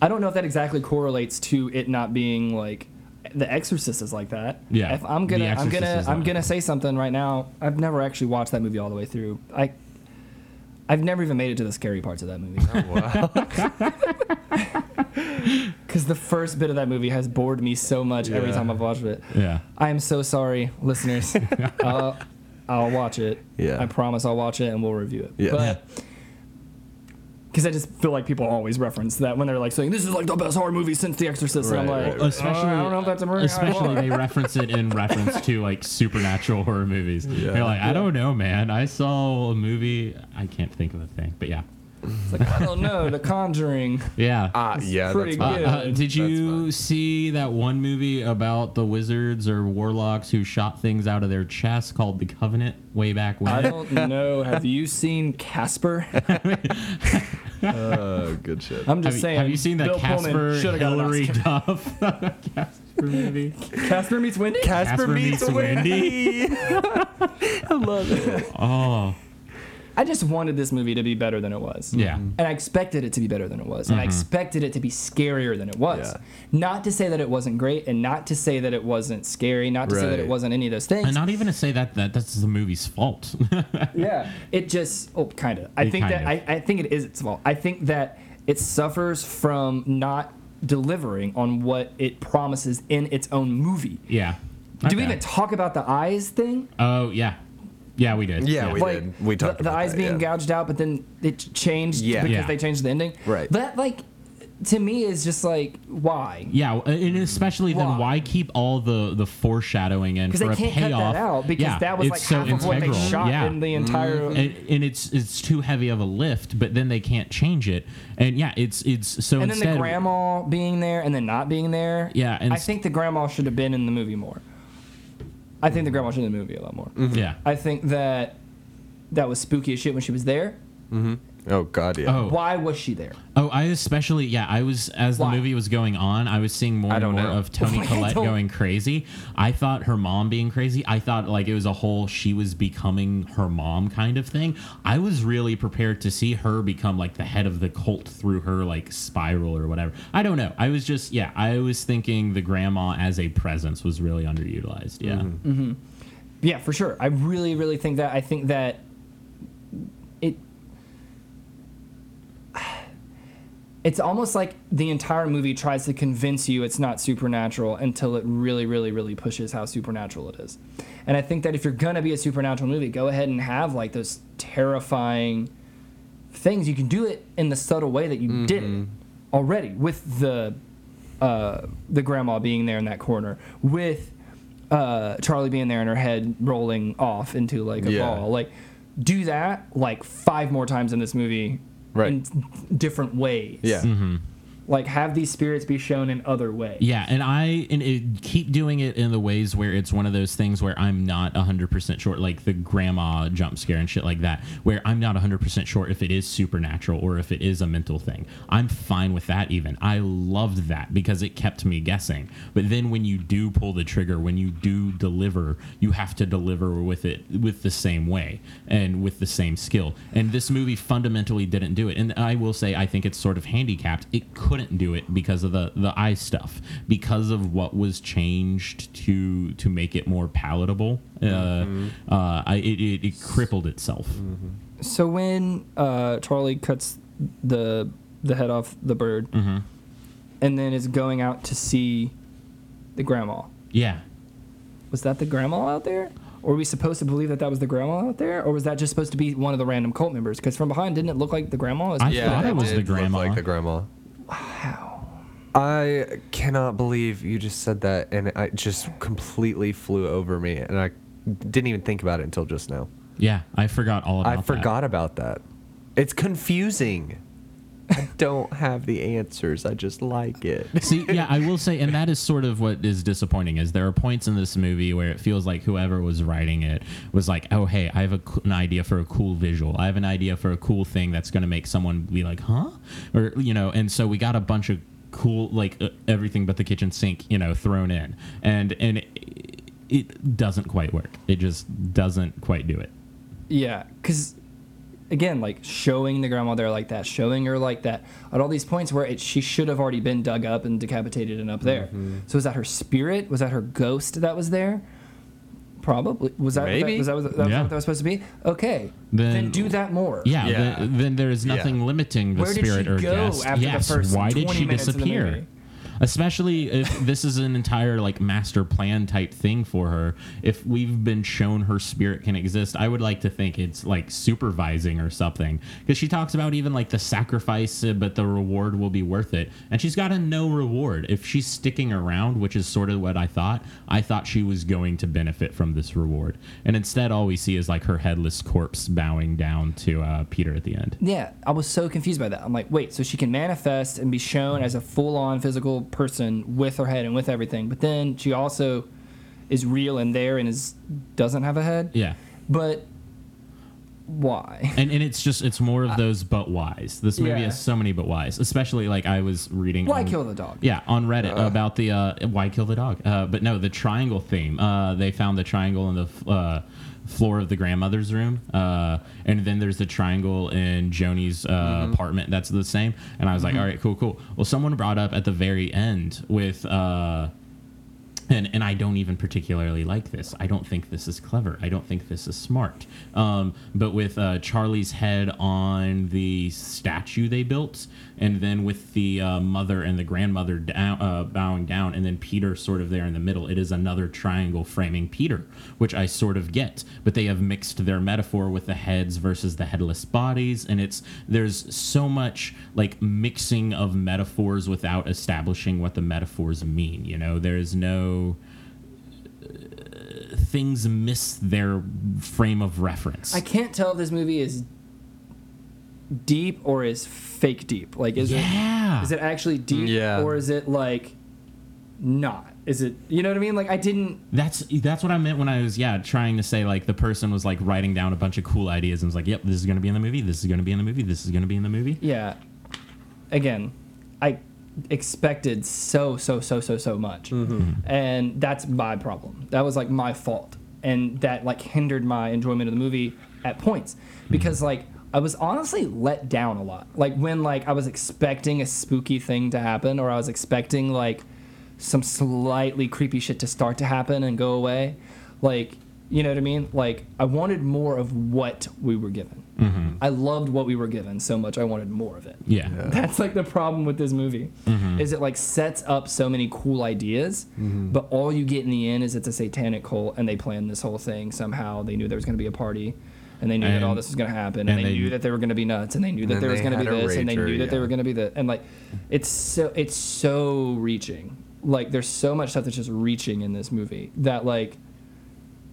[SPEAKER 4] I don't know if that exactly correlates to it not being like The Exorcist is like that.
[SPEAKER 5] Yeah,
[SPEAKER 4] If I'm
[SPEAKER 5] The
[SPEAKER 4] gonna, I'm
[SPEAKER 5] Exorcist
[SPEAKER 4] gonna,
[SPEAKER 5] is
[SPEAKER 4] I'm
[SPEAKER 5] not.
[SPEAKER 4] gonna say something right now. I've never actually watched that movie all the way through. I. I've never even made it to the scary parts of that
[SPEAKER 5] (laughs)
[SPEAKER 4] movie. Because the first bit of that movie has bored me so much every
[SPEAKER 6] Yeah.
[SPEAKER 4] time I've watched it.
[SPEAKER 5] yeah.
[SPEAKER 4] I am so sorry,
[SPEAKER 6] (laughs)
[SPEAKER 4] listeners. uh, I'll watch it.
[SPEAKER 6] Yeah.
[SPEAKER 4] I promise I'll watch it and we'll review it.
[SPEAKER 6] Yeah.
[SPEAKER 4] But because I just feel like people always reference that when they're like saying this is like the best horror movie since The Exorcist, and I'm
[SPEAKER 6] Right,
[SPEAKER 4] like,
[SPEAKER 6] right,
[SPEAKER 4] "Uh,
[SPEAKER 6] right.
[SPEAKER 5] Oh, especially
[SPEAKER 4] I don't know if that's a murder. (laughs)
[SPEAKER 5] especially they reference it in reference to like supernatural horror movies.
[SPEAKER 6] Yeah.
[SPEAKER 5] They're like, I don't know, man. I saw a movie. I can't think of the thing, but yeah,
[SPEAKER 4] It's like I don't know, The Conjuring.
[SPEAKER 5] yeah.
[SPEAKER 6] Ah, yeah,
[SPEAKER 4] pretty
[SPEAKER 6] that's
[SPEAKER 5] Uh,
[SPEAKER 6] fine.
[SPEAKER 4] good.
[SPEAKER 5] uh, did
[SPEAKER 6] That's
[SPEAKER 5] you
[SPEAKER 6] fine.
[SPEAKER 5] see that one movie about the wizards or warlocks who shot things out of their chests called The Covenant way back (laughs)
[SPEAKER 4] I
[SPEAKER 5] when?
[SPEAKER 4] don't know. Have you seen Casper?
[SPEAKER 6] Oh, good shit.
[SPEAKER 4] I'm
[SPEAKER 5] Have
[SPEAKER 4] just
[SPEAKER 5] you,
[SPEAKER 4] saying.
[SPEAKER 5] have you seen that
[SPEAKER 4] Bill Pullman
[SPEAKER 5] Casper
[SPEAKER 4] should've got an
[SPEAKER 5] Hillary
[SPEAKER 4] Oscar.
[SPEAKER 5] (laughs) Duff Casper movie?
[SPEAKER 4] Casper meets Wendy.
[SPEAKER 5] Casper meets Wendy. (laughs)
[SPEAKER 4] I love it.
[SPEAKER 5] Oh,
[SPEAKER 4] I just wanted this movie to be better than it was.
[SPEAKER 5] yeah.
[SPEAKER 4] and I expected it to be better than it was, and I expected it to be scarier than it was.
[SPEAKER 6] Mm-hmm. Yeah.
[SPEAKER 4] Not to say that it wasn't great, and not to say that it wasn't scary, not to say that it
[SPEAKER 6] Right.
[SPEAKER 4] wasn't any of those things.
[SPEAKER 5] And not even to say that, that that's the movie's fault. (laughs)
[SPEAKER 4] yeah, it just oh, kind of. I
[SPEAKER 5] It
[SPEAKER 4] think that
[SPEAKER 5] kind
[SPEAKER 4] I, I think it is its fault. I think that it suffers from not delivering on what it promises in its own movie.
[SPEAKER 5] yeah.
[SPEAKER 4] Do we
[SPEAKER 5] Okay.
[SPEAKER 4] even talk about the eyes thing?
[SPEAKER 5] Oh yeah, yeah we did.
[SPEAKER 6] Yeah, we did. We talked
[SPEAKER 4] the, the
[SPEAKER 6] about
[SPEAKER 4] eyes
[SPEAKER 6] that,
[SPEAKER 4] being
[SPEAKER 6] yeah.
[SPEAKER 4] gouged out, but then it ch- changed
[SPEAKER 6] Yeah.
[SPEAKER 4] because
[SPEAKER 5] Yeah.
[SPEAKER 4] they changed the ending.
[SPEAKER 6] Right.
[SPEAKER 4] That like to me is just like why
[SPEAKER 5] Yeah, and especially then,
[SPEAKER 4] Why?
[SPEAKER 5] why keep all the the foreshadowing in
[SPEAKER 4] because
[SPEAKER 5] for
[SPEAKER 4] they
[SPEAKER 5] a
[SPEAKER 4] can't cut
[SPEAKER 5] payoff?
[SPEAKER 4] that out because
[SPEAKER 5] Yeah,
[SPEAKER 4] that was
[SPEAKER 5] it's
[SPEAKER 4] like
[SPEAKER 5] so
[SPEAKER 4] half of what they
[SPEAKER 5] integral.
[SPEAKER 4] shot
[SPEAKER 5] yeah. Mm-hmm.
[SPEAKER 4] in the entire.
[SPEAKER 5] and, and it's it's too heavy of a lift, but then they can't change it, and yeah, it's it's so
[SPEAKER 4] and then
[SPEAKER 5] instead.
[SPEAKER 4] the grandma being there and then not being there.
[SPEAKER 5] Yeah, and
[SPEAKER 4] I
[SPEAKER 5] s-
[SPEAKER 4] think the grandma should have been in the movie more. I think the grandma should have been in the movie a lot more.
[SPEAKER 5] yeah.
[SPEAKER 4] I think that that was spooky as shit when she was there.
[SPEAKER 6] (laughs) Oh god, yeah.
[SPEAKER 5] Oh,
[SPEAKER 4] Why was she there?
[SPEAKER 5] oh, I especially yeah. I was as the
[SPEAKER 4] Why?
[SPEAKER 5] movie was going on, I was seeing more
[SPEAKER 6] I
[SPEAKER 5] and
[SPEAKER 6] don't
[SPEAKER 5] more
[SPEAKER 6] know.
[SPEAKER 5] of
[SPEAKER 6] (laughs)
[SPEAKER 5] Tony
[SPEAKER 4] I
[SPEAKER 5] Collette
[SPEAKER 4] don't-
[SPEAKER 5] going crazy. I thought her mom being crazy. I thought like it was a whole she was becoming her mom kind of thing. I was really prepared to see her become like the head of the cult through her like spiral or whatever. I don't know. I was just yeah. I was thinking the grandma as a presence was really underutilized. Yeah.
[SPEAKER 6] Mm-hmm.
[SPEAKER 4] Yeah, for sure. I really, really think that. I think that it. It's almost like the entire movie tries to convince you it's not supernatural until it really, really, really pushes how supernatural it is. And I think that if you're gonna be a supernatural movie, go ahead and have like those terrifying things. You can do it in the subtle way that you
[SPEAKER 6] Mm-hmm.
[SPEAKER 4] did it already with the uh, the grandma being there in that corner, with uh, Charlie being there and her head rolling off into like a
[SPEAKER 6] Yeah.
[SPEAKER 4] ball. Like do that like five more times in this movie,
[SPEAKER 6] Right.
[SPEAKER 4] In different ways.
[SPEAKER 6] Yeah.
[SPEAKER 5] Mm-hmm.
[SPEAKER 4] Like have these spirits be shown in other ways.
[SPEAKER 5] Yeah, and I and it, keep doing it in the ways where it's one of those things where I'm not 100% sure, like the grandma jump scare and shit like that, where I'm not 100% sure if it is supernatural or if it is a mental thing. I'm fine with that even. I loved that because it kept me guessing. But then when you do pull the trigger, when you do deliver, you have to deliver with it with the same way and with the same skill. And this movie fundamentally didn't do it. And I will say I think it's sort of handicapped. It couldn't do it because of the the eye stuff, because of what was changed to to make it more palatable. Uh, uh, I, it, it, it crippled itself.
[SPEAKER 4] So when uh, Charlie cuts the the head off the bird, and then is going out to see the grandma,
[SPEAKER 5] Yeah.
[SPEAKER 4] was that the grandma out there? Or were we supposed to believe that that was the grandma out there, or was that just supposed to be one of the random cult members? Because from behind, didn't it look like the grandma? Was
[SPEAKER 5] I thought it was
[SPEAKER 6] did
[SPEAKER 5] the
[SPEAKER 6] look
[SPEAKER 5] grandma.
[SPEAKER 6] Like the grandma. I cannot believe you just said that, and it just completely flew over me, and I didn't even think about it until just now.
[SPEAKER 5] yeah, I forgot all about
[SPEAKER 6] I
[SPEAKER 5] that.
[SPEAKER 6] forgot about that. It's confusing. I don't have the answers. I just
[SPEAKER 5] (laughs)
[SPEAKER 6] like it.
[SPEAKER 5] See, yeah, I will say, and that is sort of what is disappointing is there are points in this movie where it feels like whoever was writing it was like, oh, hey, I have a, co- an idea for a cool visual. I have an idea for a cool thing that's going to make someone be like, huh? Or, you know, and so we got a bunch of cool, like uh, everything but the kitchen sink, you know, thrown in. And, and it, it doesn't quite work. It just doesn't quite do it.
[SPEAKER 4] Yeah, because again, like showing the grandma there like that, showing her like that, at all these points where it, she should have already been dug up and decapitated and up there. So was that her spirit? Was that her ghost that was there? Probably. Was that
[SPEAKER 6] Maybe.
[SPEAKER 4] was that, was that, was that
[SPEAKER 5] Yeah.
[SPEAKER 4] what that was supposed to be? Okay.
[SPEAKER 5] Then-
[SPEAKER 4] Then, do that more.
[SPEAKER 5] Yeah,
[SPEAKER 6] Yeah.
[SPEAKER 5] Then, then there is nothing limiting the
[SPEAKER 4] Where did she
[SPEAKER 5] spirit or
[SPEAKER 4] go
[SPEAKER 5] guest.
[SPEAKER 4] after the
[SPEAKER 5] yes,
[SPEAKER 4] first
[SPEAKER 5] why did
[SPEAKER 4] 20
[SPEAKER 5] she
[SPEAKER 4] minutes of the
[SPEAKER 5] disappear?
[SPEAKER 4] movie?
[SPEAKER 5] Especially if this is an entire like master plan type thing for her. If we've been shown her spirit can exist, I would like to think it's like supervising or something because she talks about even like the sacrifice, uh, but the reward will be worth it, and she's got a no reward if she's sticking around, which is sort of what I thought. I thought she was going to benefit from this reward, and instead, all we see is like her headless corpse bowing down to uh, Peter at the end.
[SPEAKER 4] Yeah, I was so confused by that. I'm like, wait, so she can manifest and be shown as a full on physical person with her head and with everything, but then she also is real and there and is doesn't have a head.
[SPEAKER 5] Yeah.
[SPEAKER 4] But why?
[SPEAKER 5] And, and it's just it's more of those but whys. This movie
[SPEAKER 4] Uh, yeah.
[SPEAKER 5] has so many but whys, especially like I was reading.
[SPEAKER 4] Why
[SPEAKER 5] on-
[SPEAKER 4] kill the dog?
[SPEAKER 5] Yeah, on Reddit about the uh, why kill the dog. Uh, but no, the triangle theme. Uh, they found the triangle in the f- uh, floor of the grandmother's room, uh, and then there's the triangle in Joni's uh,
[SPEAKER 4] Mm-hmm.
[SPEAKER 5] apartment. That's the same. And I was like, all right, cool, cool. Well, someone brought up at the very end with. Uh, and and I don't even particularly like this. I don't think this is clever. I don't think this is smart. Um, but with uh, Charlie's head on the statue they built, and then with the uh, mother and the grandmother down, uh, bowing down, and then Peter sort of there in the middle. It is another triangle framing Peter, which I sort of get. But they have mixed their metaphor with the heads versus the headless bodies, and it's there's so much like mixing of metaphors without establishing what the metaphors mean. You know, there is no uh, things miss their frame of reference.
[SPEAKER 4] I can't tell if this movie is deep or is fake deep. Like, is
[SPEAKER 5] Yeah.
[SPEAKER 4] it is it actually deep
[SPEAKER 6] Yeah.
[SPEAKER 4] or is it like not? Is it you know what I mean? Like, I didn't.
[SPEAKER 5] That's that's what I meant when I was yeah trying to say like the person was like writing down a bunch of cool ideas and was like yep this is gonna be in the movie this is gonna be in the movie this is gonna be in the movie
[SPEAKER 4] Yeah. Again, I expected so so so so so much, and that's my problem. That was like my fault, and that like hindered my enjoyment of the movie at points because like I was honestly let down a lot. Like when like I was expecting a spooky thing to happen, or I was expecting like some slightly creepy shit to start to happen and go away, like. You know what I mean? Like I wanted more of what we were given. I loved what we were given so much. I wanted more of it.
[SPEAKER 5] yeah.
[SPEAKER 4] That's like the problem with this movie.
[SPEAKER 6] Mm-hmm.
[SPEAKER 4] Is it like sets up so many cool ideas, but all you get in the end is it's a satanic cult and they planned this whole thing somehow. They knew there was going to be a party and they knew that all
[SPEAKER 5] And-
[SPEAKER 4] this was going to happen and,
[SPEAKER 5] and
[SPEAKER 4] they,
[SPEAKER 5] they-
[SPEAKER 4] knew that they were going to be nuts and they knew that
[SPEAKER 6] then
[SPEAKER 4] there was
[SPEAKER 6] they
[SPEAKER 4] going to be
[SPEAKER 6] had a
[SPEAKER 4] this and they
[SPEAKER 6] rager,
[SPEAKER 4] knew that they
[SPEAKER 6] yeah.
[SPEAKER 4] were going to be that and like it's so it's so reaching. Like there's so much stuff that's just reaching in this movie that like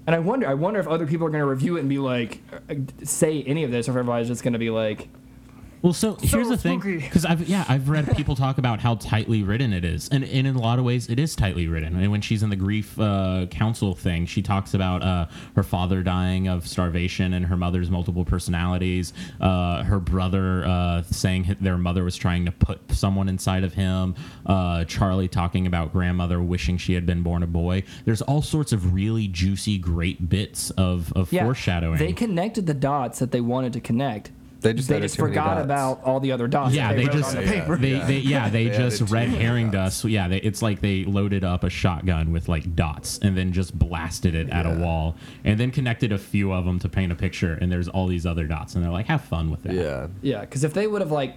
[SPEAKER 4] and I wonder, I wonder if other people are going to review it and be like, uh, say any of this, or if everybody's just going to be like,
[SPEAKER 5] Well, so, here's the thing,
[SPEAKER 4] spooky.
[SPEAKER 5] because I've yeah I've read people talk about how tightly written it is, and, and in a lot of ways it is tightly written. And when she's in the grief uh, council thing, she talks about uh, her father dying of starvation and her mother's multiple personalities, uh, her brother uh, saying hi- their mother was trying to put someone inside of him, uh, Charlie talking about grandmother wishing she had been born a boy. There's all sorts of really juicy, great bits of of foreshadowing.
[SPEAKER 4] They connected the dots that they wanted to connect.
[SPEAKER 6] They just added too many
[SPEAKER 4] forgot
[SPEAKER 6] dots.
[SPEAKER 4] about all the other dots.
[SPEAKER 5] Yeah,
[SPEAKER 4] that
[SPEAKER 5] they,
[SPEAKER 4] wrote
[SPEAKER 5] just
[SPEAKER 4] on the
[SPEAKER 5] yeah.
[SPEAKER 4] paper.
[SPEAKER 5] they they yeah they,
[SPEAKER 6] They
[SPEAKER 5] just
[SPEAKER 6] added
[SPEAKER 5] red
[SPEAKER 6] too many
[SPEAKER 5] herring
[SPEAKER 6] dots.
[SPEAKER 5] us. Yeah, they, it's like they loaded up a shotgun with like dots and then just blasted it at a wall and then connected a few of them to paint a picture. And there's all these other dots, and they're like, have fun with that.
[SPEAKER 6] Yeah.
[SPEAKER 4] Yeah, because if they would have like,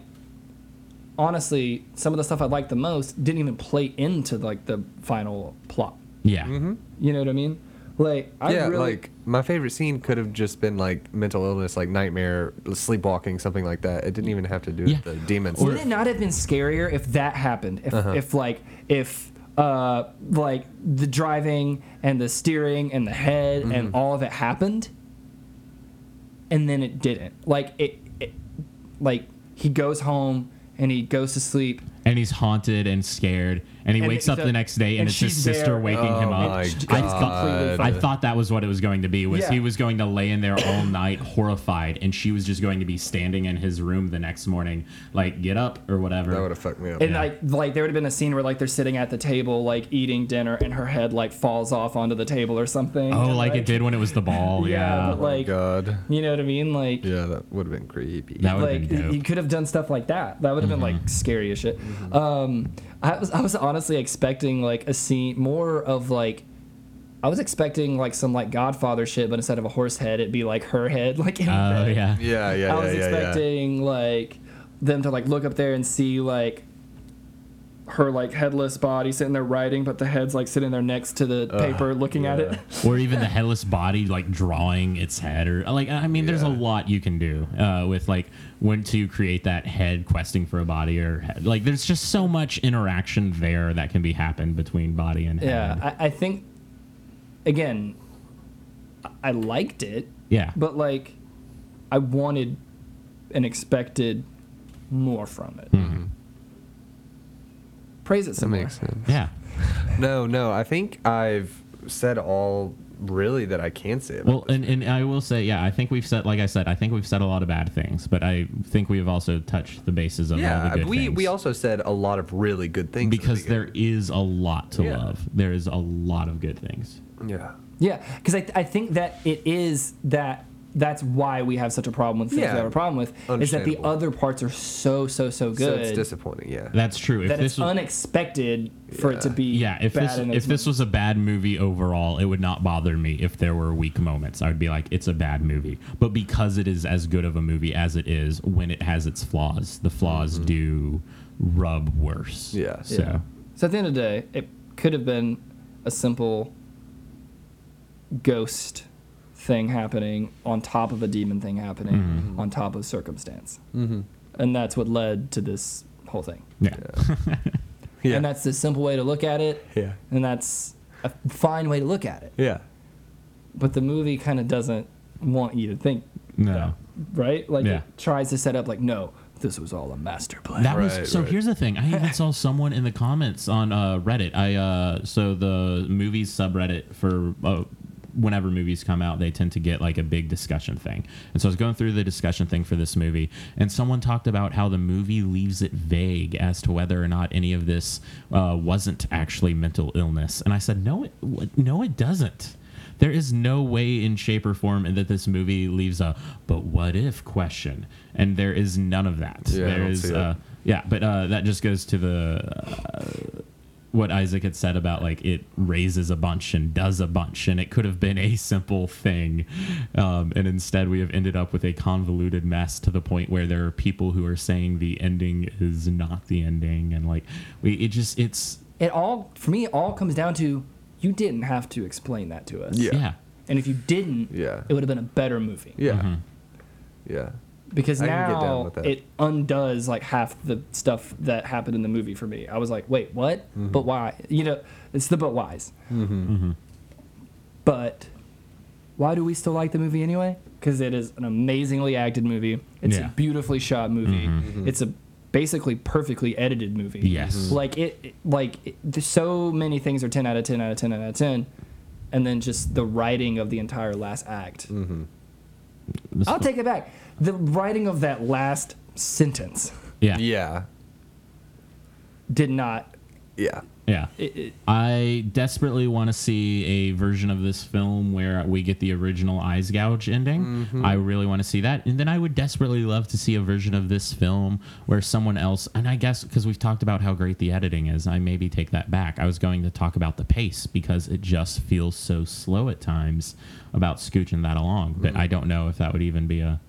[SPEAKER 4] honestly, some of the stuff I liked the most didn't even play into like the final plot.
[SPEAKER 5] yeah.
[SPEAKER 4] You know what I mean? Like, I
[SPEAKER 6] yeah,
[SPEAKER 4] really,
[SPEAKER 6] like my favorite scene could have just been like mental illness, like nightmare, sleepwalking, something like that. It didn't even have to do
[SPEAKER 5] Yeah.
[SPEAKER 6] with the demons.
[SPEAKER 4] Would it not have been scarier if that happened? If,
[SPEAKER 5] Uh-huh.
[SPEAKER 4] if like if uh like the driving and the steering and the head
[SPEAKER 5] Mm-hmm.
[SPEAKER 4] and all of it happened, and then it didn't. Like it, it like he goes home and he goes to sleep.
[SPEAKER 5] and he's haunted and scared, and he
[SPEAKER 4] And
[SPEAKER 5] wakes
[SPEAKER 4] it-
[SPEAKER 5] up
[SPEAKER 4] so-
[SPEAKER 5] the next day, and,
[SPEAKER 4] and
[SPEAKER 5] it's his
[SPEAKER 4] she's
[SPEAKER 5] sister
[SPEAKER 4] there.
[SPEAKER 5] waking him
[SPEAKER 6] Oh
[SPEAKER 5] up.
[SPEAKER 6] my
[SPEAKER 5] I
[SPEAKER 6] God.
[SPEAKER 5] thought, I thought that was what it was going to be. Was
[SPEAKER 4] Yeah.
[SPEAKER 5] he was going to lay in there all night, horrified, and she was just going to be standing in his room the next morning, like get up or whatever.
[SPEAKER 6] That would have fucked me up.
[SPEAKER 4] And like, like there would have been a scene where like they're sitting at the table, like eating dinner, and her head like falls off onto the table or something.
[SPEAKER 5] oh,
[SPEAKER 4] And,
[SPEAKER 5] like it did when it was the ball.
[SPEAKER 4] Yeah,
[SPEAKER 5] yeah.
[SPEAKER 4] but, like
[SPEAKER 6] God.
[SPEAKER 4] you know what I mean? Like
[SPEAKER 6] Yeah, that would have been creepy.
[SPEAKER 5] That would have
[SPEAKER 4] like
[SPEAKER 5] been dope. Mm-hmm.
[SPEAKER 4] you could have done stuff like that. That would have been like scary as shit.
[SPEAKER 6] Mm-hmm.
[SPEAKER 4] Um, I was I was honestly expecting like a scene more of like. I was expecting like some like Godfather shit, but instead of a horse head, it'd be like her head, (laughs) like in
[SPEAKER 5] Oh
[SPEAKER 4] bed.
[SPEAKER 5] yeah.
[SPEAKER 6] yeah, yeah, yeah,
[SPEAKER 4] I was
[SPEAKER 6] yeah, yeah.
[SPEAKER 4] expecting like them to like look up there and see like her like headless body sitting there writing, but the head's like sitting there next to the paper looking at it.
[SPEAKER 5] or even the headless body like drawing its head or like i mean there's a
[SPEAKER 6] Yeah.
[SPEAKER 5] lot you can do uh, with like when to create that head questing for a body or head. like there's just so much interaction there that can be happened between body and head
[SPEAKER 4] (laughs) Yeah, I, I think again, I- I liked it,
[SPEAKER 5] yeah
[SPEAKER 4] but like I wanted and expected more from it. Praise it
[SPEAKER 6] Mm-hmm. That
[SPEAKER 4] some
[SPEAKER 6] makes
[SPEAKER 4] more.
[SPEAKER 6] sense.
[SPEAKER 5] yeah
[SPEAKER 6] No, no. I think I've said all really that I can say. About
[SPEAKER 5] well and, and i will say yeah i think we've said like i said i think we've said a lot of bad things but i think we've also touched the bases of all
[SPEAKER 6] yeah,
[SPEAKER 5] the good
[SPEAKER 6] we
[SPEAKER 5] things.
[SPEAKER 6] we also said a lot of really good things at the
[SPEAKER 5] because there is a lot to
[SPEAKER 6] Yeah.
[SPEAKER 5] love there is a lot of good things
[SPEAKER 6] beginning. Yeah.
[SPEAKER 4] Yeah, because I, I think that it is that that's why we have such a problem with things
[SPEAKER 6] Yeah.
[SPEAKER 4] we have a problem with is that the
[SPEAKER 6] Understandable.
[SPEAKER 4] other parts are so so so
[SPEAKER 6] So it's
[SPEAKER 4] good
[SPEAKER 6] disappointing. Yeah.
[SPEAKER 5] that's true if
[SPEAKER 4] that
[SPEAKER 5] this
[SPEAKER 4] it's
[SPEAKER 5] was,
[SPEAKER 4] unexpected for it to be
[SPEAKER 5] Yeah, if
[SPEAKER 4] bad
[SPEAKER 5] this
[SPEAKER 4] and
[SPEAKER 5] if this was a bad movie overall, it would not bother me if there were weak moments. I'd be like, it's a bad movie. But because it is as good of a movie as it is, when it has its flaws, the flaws do rub worse.
[SPEAKER 6] Yeah.
[SPEAKER 5] So
[SPEAKER 4] Mm-hmm. Yeah. so at the end of the day it could have been a simple ghost thing happening on top of a demon thing happening on top of circumstance mm-hmm. and that's what led to this whole thing
[SPEAKER 5] yeah. (laughs)
[SPEAKER 6] yeah.
[SPEAKER 4] and that's the simple way to look at it
[SPEAKER 6] Yeah.
[SPEAKER 4] and that's a fine way to look at it
[SPEAKER 6] yeah.
[SPEAKER 4] but the movie kind of doesn't want you to think
[SPEAKER 5] No.
[SPEAKER 4] that, right like
[SPEAKER 5] Yeah.
[SPEAKER 4] it tries to set up like no this was all a master plan
[SPEAKER 5] That
[SPEAKER 6] Right,
[SPEAKER 5] was so.
[SPEAKER 6] right.
[SPEAKER 5] Here's the thing. I
[SPEAKER 6] (laughs)
[SPEAKER 5] even saw someone in the comments on uh, Reddit. I uh, so the movies subreddit for uh, whenever movies come out, they tend to get like a big discussion thing. And so I was going through the discussion thing for this movie, and someone talked about how the movie leaves it vague as to whether or not any of this uh, wasn't actually mental illness. And I said, no, it what- no, it doesn't. There is no way in shape or form that this movie leaves a but what if question. And there is none of that.
[SPEAKER 6] Yeah, I
[SPEAKER 5] there
[SPEAKER 6] don't
[SPEAKER 5] is
[SPEAKER 6] see
[SPEAKER 5] uh,
[SPEAKER 6] that.
[SPEAKER 5] yeah, but uh, that just goes to the uh, what Isaac had said about like it raises a bunch and does a bunch, and it could have been a simple thing, um, and instead we have ended up with a convoluted mess to the point where there are people who are saying the ending is not the ending, and like we it just it's
[SPEAKER 4] it all for me it all comes down to you didn't have to explain that to us
[SPEAKER 6] Yeah.
[SPEAKER 5] yeah
[SPEAKER 4] and if you didn't
[SPEAKER 6] Yeah.
[SPEAKER 4] it would have been a better movie
[SPEAKER 6] Yeah. Yeah.
[SPEAKER 4] because
[SPEAKER 6] I can get down
[SPEAKER 4] now
[SPEAKER 6] with that.
[SPEAKER 4] it undoes like half the stuff that happened in the movie for me i was like wait what
[SPEAKER 6] Mm-hmm.
[SPEAKER 4] but why you know it's the but whys
[SPEAKER 5] Mm-hmm.
[SPEAKER 4] but why do we still like the movie anyway because it is an amazingly acted movie it's
[SPEAKER 5] Yeah. Mm-hmm.
[SPEAKER 4] a beautifully shot movie
[SPEAKER 6] Mm-hmm.
[SPEAKER 4] it's a basically perfectly edited movie
[SPEAKER 5] Yes. Mhm.
[SPEAKER 4] like it it- like it, there's so many things are 10 out of 10 out of 10 out of 10 and then just the writing of the entire last act I'll take it back. The writing of that last sentence
[SPEAKER 5] yeah
[SPEAKER 6] Yeah.
[SPEAKER 4] did not.
[SPEAKER 6] Yeah.
[SPEAKER 5] yeah.
[SPEAKER 4] It, it,
[SPEAKER 5] I desperately want to see a version of this film where we get the original eyes gouge ending. I really want to see that. And then I would desperately love to see a version of this film where someone else, and I guess because we've talked about how great the editing is, I maybe take that back. I was going to talk about the pace because it just feels so slow at times about scooching that along. But I don't know if that would even be a.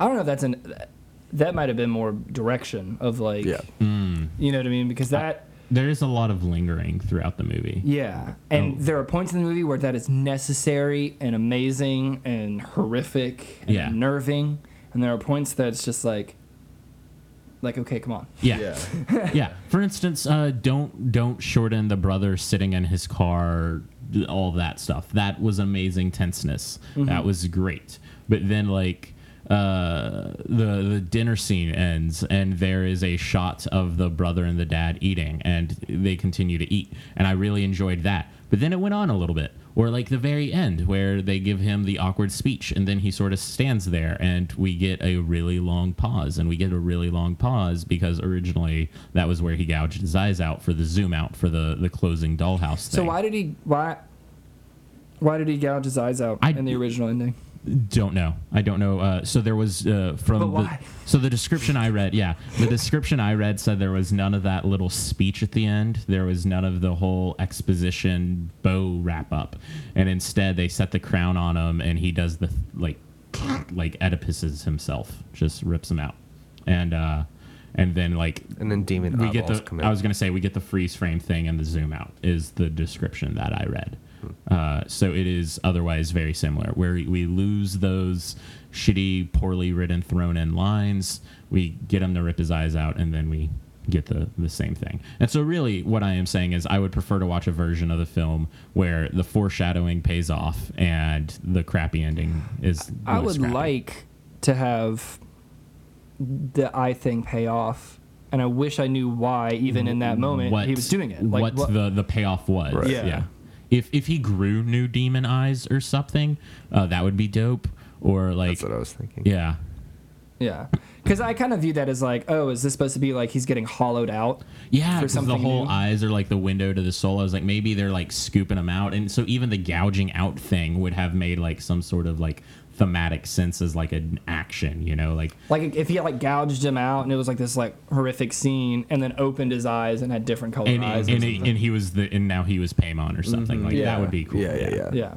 [SPEAKER 4] I don't know if that's an. That might have been more direction of like.
[SPEAKER 6] Yeah.
[SPEAKER 5] Mm.
[SPEAKER 4] You know what I mean? Because that.
[SPEAKER 5] There is a lot of lingering throughout the movie.
[SPEAKER 4] Yeah.
[SPEAKER 5] Oh.
[SPEAKER 4] And there are points in the movie where that is necessary and amazing and horrific and
[SPEAKER 5] Yeah.
[SPEAKER 4] unnerving. And there are points that it's just like. Like, okay, come on.
[SPEAKER 5] Yeah. (laughs) yeah. For instance, uh, don't don't shorten the brother sitting in his car, all that stuff. That was amazing tenseness. That was great. But then like uh, the the dinner scene ends and there is a shot of the brother and the dad eating and they continue to eat and I really enjoyed that. But then it went on a little bit or like the very end where they give him the awkward speech and then he sort of stands there and we get a really long pause and we get a really long pause because originally that was where he gouged his eyes out for the zoom out for the the closing dollhouse thing.
[SPEAKER 4] So why did he why why did he gouge his eyes out
[SPEAKER 5] I-
[SPEAKER 4] in the original ending?
[SPEAKER 5] Don't know. I don't know. Uh, so there was uh, from
[SPEAKER 4] But
[SPEAKER 5] the,
[SPEAKER 4] why?
[SPEAKER 5] so the description I read. Yeah, the description I read said there was none of that little speech at the end. There was none of the whole exposition bow wrap up, and instead they set the crown on him, and he does the like like Oedipuses himself, just rips him out, and uh, and then like
[SPEAKER 6] And then demon
[SPEAKER 5] we get
[SPEAKER 6] eyeballs
[SPEAKER 5] the.
[SPEAKER 6] come
[SPEAKER 5] I
[SPEAKER 6] out.
[SPEAKER 5] was gonna say we get the freeze frame thing and the zoom out is the description that I read.
[SPEAKER 6] Hmm.
[SPEAKER 5] Uh, so it is otherwise very similar, where we lose those shitty, poorly written, thrown in lines. We get him to rip his eyes out, and then we get the the same thing. And so, really, what I am saying is, I would prefer to watch a version of the film where the foreshadowing pays off and the crappy ending is.
[SPEAKER 4] I
[SPEAKER 5] less
[SPEAKER 4] would
[SPEAKER 5] crappy.
[SPEAKER 4] like to have the eye thing pay off, and I wish I knew why. Even in that moment,
[SPEAKER 5] what
[SPEAKER 4] he was doing it. Like
[SPEAKER 5] what,
[SPEAKER 4] what-
[SPEAKER 5] the the payoff was.
[SPEAKER 6] Right.
[SPEAKER 5] Yeah.
[SPEAKER 4] Yeah.
[SPEAKER 5] If if he grew new demon eyes or something, uh, that would be dope. Or like,
[SPEAKER 6] That's what I was thinking.
[SPEAKER 5] yeah,
[SPEAKER 4] yeah, because I kind of view that as like, oh, is this supposed to be like he's getting hollowed out?
[SPEAKER 5] yeah.
[SPEAKER 4] For
[SPEAKER 5] 'cause the
[SPEAKER 4] something
[SPEAKER 5] whole
[SPEAKER 4] new.
[SPEAKER 5] eyes are like the window to the soul. I was like, maybe they're like scooping them out, and so even the gouging out thing would have made like some sort of like thematic sense as like an action. You know, like
[SPEAKER 4] Like if he like gouged him out, and it was like this like horrific scene, and then opened his eyes and had different color
[SPEAKER 5] and
[SPEAKER 4] eyes.
[SPEAKER 5] and,
[SPEAKER 4] or
[SPEAKER 5] and,
[SPEAKER 4] something.
[SPEAKER 5] and he was the and now he was Paimon or something like that
[SPEAKER 4] Yeah.
[SPEAKER 5] would be cool.
[SPEAKER 6] Mm-hmm. Yeah, yeah, yeah.
[SPEAKER 4] yeah.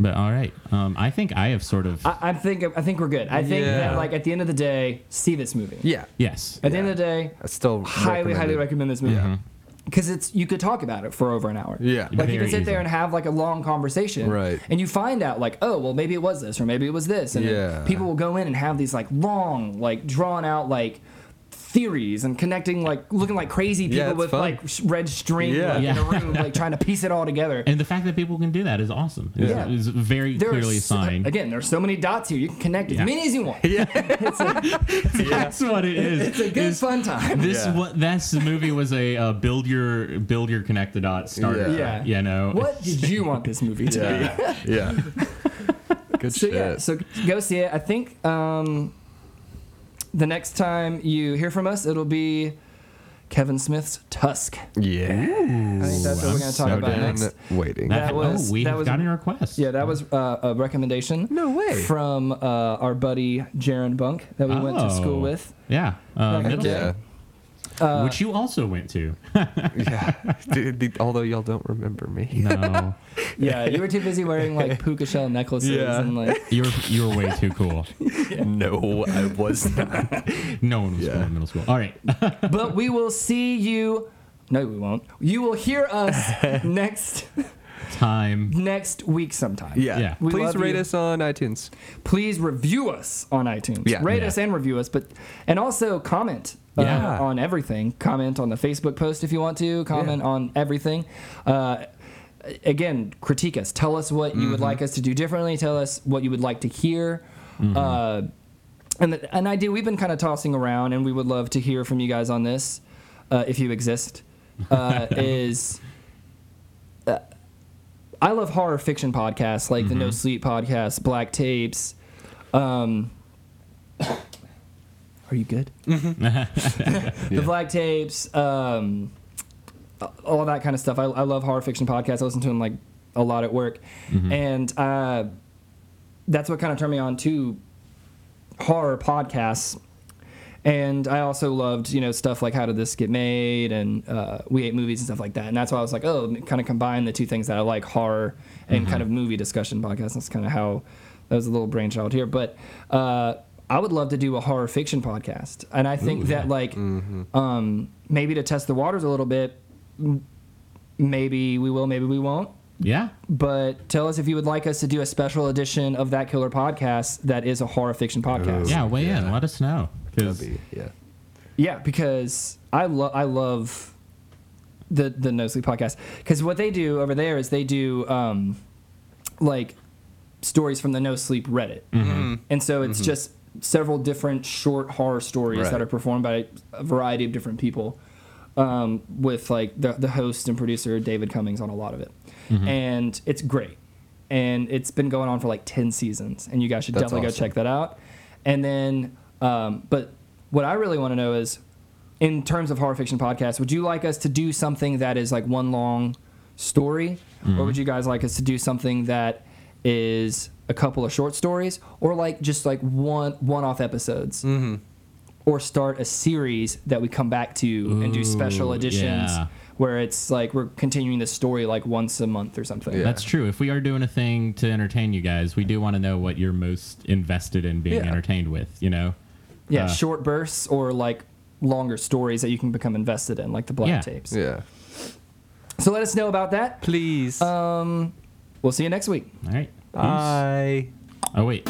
[SPEAKER 5] But all right, um, I think I have sort of
[SPEAKER 4] I, I think I think we're good. I think
[SPEAKER 6] Yeah.
[SPEAKER 4] that like at the end of the day, see this movie.
[SPEAKER 6] Yeah.
[SPEAKER 5] yes.
[SPEAKER 4] At the end of the day,
[SPEAKER 6] I still
[SPEAKER 4] highly highly
[SPEAKER 6] recommend it.
[SPEAKER 4] recommend this movie because it's you could talk about it for over an hour.
[SPEAKER 6] Yeah.
[SPEAKER 4] like you
[SPEAKER 5] Very
[SPEAKER 4] can sit
[SPEAKER 5] easily.
[SPEAKER 4] there and have like a long conversation,
[SPEAKER 6] Right.
[SPEAKER 4] And you find out like, oh, well, maybe it was this or maybe it was this, and then
[SPEAKER 6] Yeah.
[SPEAKER 4] people will go in and have these like long, like drawn out like theories and connecting like looking like crazy people
[SPEAKER 6] Yeah, it's
[SPEAKER 4] with
[SPEAKER 6] fun.
[SPEAKER 4] like sh- red string
[SPEAKER 6] Yeah.
[SPEAKER 4] like, in a
[SPEAKER 5] Yeah.
[SPEAKER 4] room like trying to piece it all together.
[SPEAKER 5] And the fact that people can do that is awesome. It's,
[SPEAKER 4] Yeah.
[SPEAKER 5] it's very
[SPEAKER 4] There are
[SPEAKER 5] clearly a
[SPEAKER 4] so-
[SPEAKER 5] sign. (laughs)
[SPEAKER 4] Again, there's so many dots here. You can connect as
[SPEAKER 5] Yeah.
[SPEAKER 4] many as you want.
[SPEAKER 5] That's what it is.
[SPEAKER 4] It's a good
[SPEAKER 5] Is-
[SPEAKER 4] fun
[SPEAKER 5] (laughs)
[SPEAKER 4] time.
[SPEAKER 5] This
[SPEAKER 6] Yeah.
[SPEAKER 5] what this movie was a uh, build your build your connect the dots starter.
[SPEAKER 4] Yeah.
[SPEAKER 5] You know.
[SPEAKER 4] What did you want this movie to be?
[SPEAKER 6] Yeah. yeah. Good
[SPEAKER 4] So
[SPEAKER 6] shit.
[SPEAKER 4] yeah, so go see it. I think um, the next time you hear from us, it'll be Kevin Smith's Tusk.
[SPEAKER 6] yeah.
[SPEAKER 4] I think that's what we're going to talk
[SPEAKER 5] so
[SPEAKER 4] about
[SPEAKER 5] down.
[SPEAKER 4] next.
[SPEAKER 6] Waiting.
[SPEAKER 5] That,
[SPEAKER 4] That was-
[SPEAKER 5] oh, we
[SPEAKER 4] that
[SPEAKER 5] have
[SPEAKER 4] was-
[SPEAKER 5] gotten a request.
[SPEAKER 4] Yeah, that was uh, a recommendation.
[SPEAKER 6] No way.
[SPEAKER 4] From uh, our buddy Jaron Bunk that we went to school
[SPEAKER 5] Oh.
[SPEAKER 4] with. uh,
[SPEAKER 5] Yeah. Uh, middle
[SPEAKER 6] yeah.
[SPEAKER 5] school, which you also went to. (laughs)
[SPEAKER 6] yeah. (laughs) Dude, the- although y'all don't remember
[SPEAKER 4] (laughs)
[SPEAKER 6] me.
[SPEAKER 5] No,
[SPEAKER 4] Yeah, you were too busy wearing like puka shell necklaces
[SPEAKER 6] Oh. Yeah.
[SPEAKER 4] and like.
[SPEAKER 5] you were you were way too cool.
[SPEAKER 6] no, I was not.
[SPEAKER 5] No one was
[SPEAKER 6] Yeah.
[SPEAKER 5] cool in middle school. All right. (laughs)
[SPEAKER 4] But we will see you. No, we won't. You will hear
[SPEAKER 6] (laughs)
[SPEAKER 4] us next
[SPEAKER 5] Time.
[SPEAKER 4] next week sometime.
[SPEAKER 6] (laughs) Yeah.
[SPEAKER 5] Yeah.
[SPEAKER 4] We
[SPEAKER 6] Please
[SPEAKER 4] love
[SPEAKER 6] rate
[SPEAKER 4] you.
[SPEAKER 6] us on iTunes.
[SPEAKER 4] please review us on iTunes.
[SPEAKER 6] Yeah.
[SPEAKER 4] Rate
[SPEAKER 5] Yeah.
[SPEAKER 4] us and review us, but and also comment uh,
[SPEAKER 5] Yeah.
[SPEAKER 4] on everything. Comment on the Facebook post if you want to. Comment on everything. Uh, again, critique us. Tell us what you
[SPEAKER 5] Mm-hmm.
[SPEAKER 4] would like us to do differently. Tell us what you would like to hear.
[SPEAKER 5] Mm-hmm.
[SPEAKER 4] Uh, and the, an idea we've been kind of tossing around, and we would love to hear from you guys on this, uh, if you exist,
[SPEAKER 5] (laughs)
[SPEAKER 4] uh, is. uh, I love horror fiction podcasts like
[SPEAKER 5] Mm-hmm.
[SPEAKER 4] the No Sleep podcast, Black Tapes. Um, are you good? (laughs) the Black Tapes, um, all that kind of stuff. I, I love horror fiction podcasts. I listen to them like a lot at work, and uh, that's what kind of turned me on to horror podcasts. And I also loved, you know, stuff like How Did This Get Made and uh, We Ate Movies and stuff like that. And that's why I was like, oh, kind of combine the two things that I like horror and kind of movie discussion podcasts. That's kind of how that was a little brainchild here. But uh, I would love to do a horror fiction podcast. And I think that, like, um, maybe to test the waters a little bit, m- maybe we will, maybe we won't
[SPEAKER 5] Yeah.
[SPEAKER 4] but tell us if you would like us to do a special edition of that killer podcast that is a horror fiction podcast.
[SPEAKER 5] Yeah. Weigh in. Let us know. 'Cause-
[SPEAKER 6] That'd be- yeah.
[SPEAKER 4] Yeah, because I love I love the the No Sleep podcast because what they do over there is they do um, like stories from the No Sleep Reddit, and so it's just several different short horror stories
[SPEAKER 6] Right.
[SPEAKER 4] that are performed by a variety of different people, um, with like the the host and producer David Cummings on a lot of it,
[SPEAKER 6] Mm-hmm.
[SPEAKER 4] and it's great, and it's been going on for like ten seasons, and you guys should
[SPEAKER 6] That's
[SPEAKER 4] definitely
[SPEAKER 6] awesome.
[SPEAKER 4] go check that out, and then, um, but what I really want to know is. In terms of horror fiction podcasts, would you like us to do something that is like one long story, or
[SPEAKER 6] Mm-hmm.
[SPEAKER 4] would you guys like us to do something that is a couple of short stories, or like just like one one-off episodes, mm-hmm. or start a series that we come back to and do special
[SPEAKER 5] Ooh,
[SPEAKER 4] editions
[SPEAKER 5] yeah.
[SPEAKER 4] where it's like we're continuing the story like once a month or something.
[SPEAKER 6] Yeah.
[SPEAKER 5] That's true. If we are doing a thing to entertain you guys, we do want to know what you're most invested in being
[SPEAKER 6] Yeah.
[SPEAKER 5] entertained with, you know?
[SPEAKER 4] Yeah,
[SPEAKER 5] Uh,
[SPEAKER 4] short bursts or like longer stories that you can become invested in, like the black
[SPEAKER 5] Yeah.
[SPEAKER 4] tapes.
[SPEAKER 6] Yeah.
[SPEAKER 4] So let us know about that.
[SPEAKER 6] Please.
[SPEAKER 5] Um,
[SPEAKER 4] We'll see you next week.
[SPEAKER 5] All right.
[SPEAKER 6] I.
[SPEAKER 5] Oh, wait.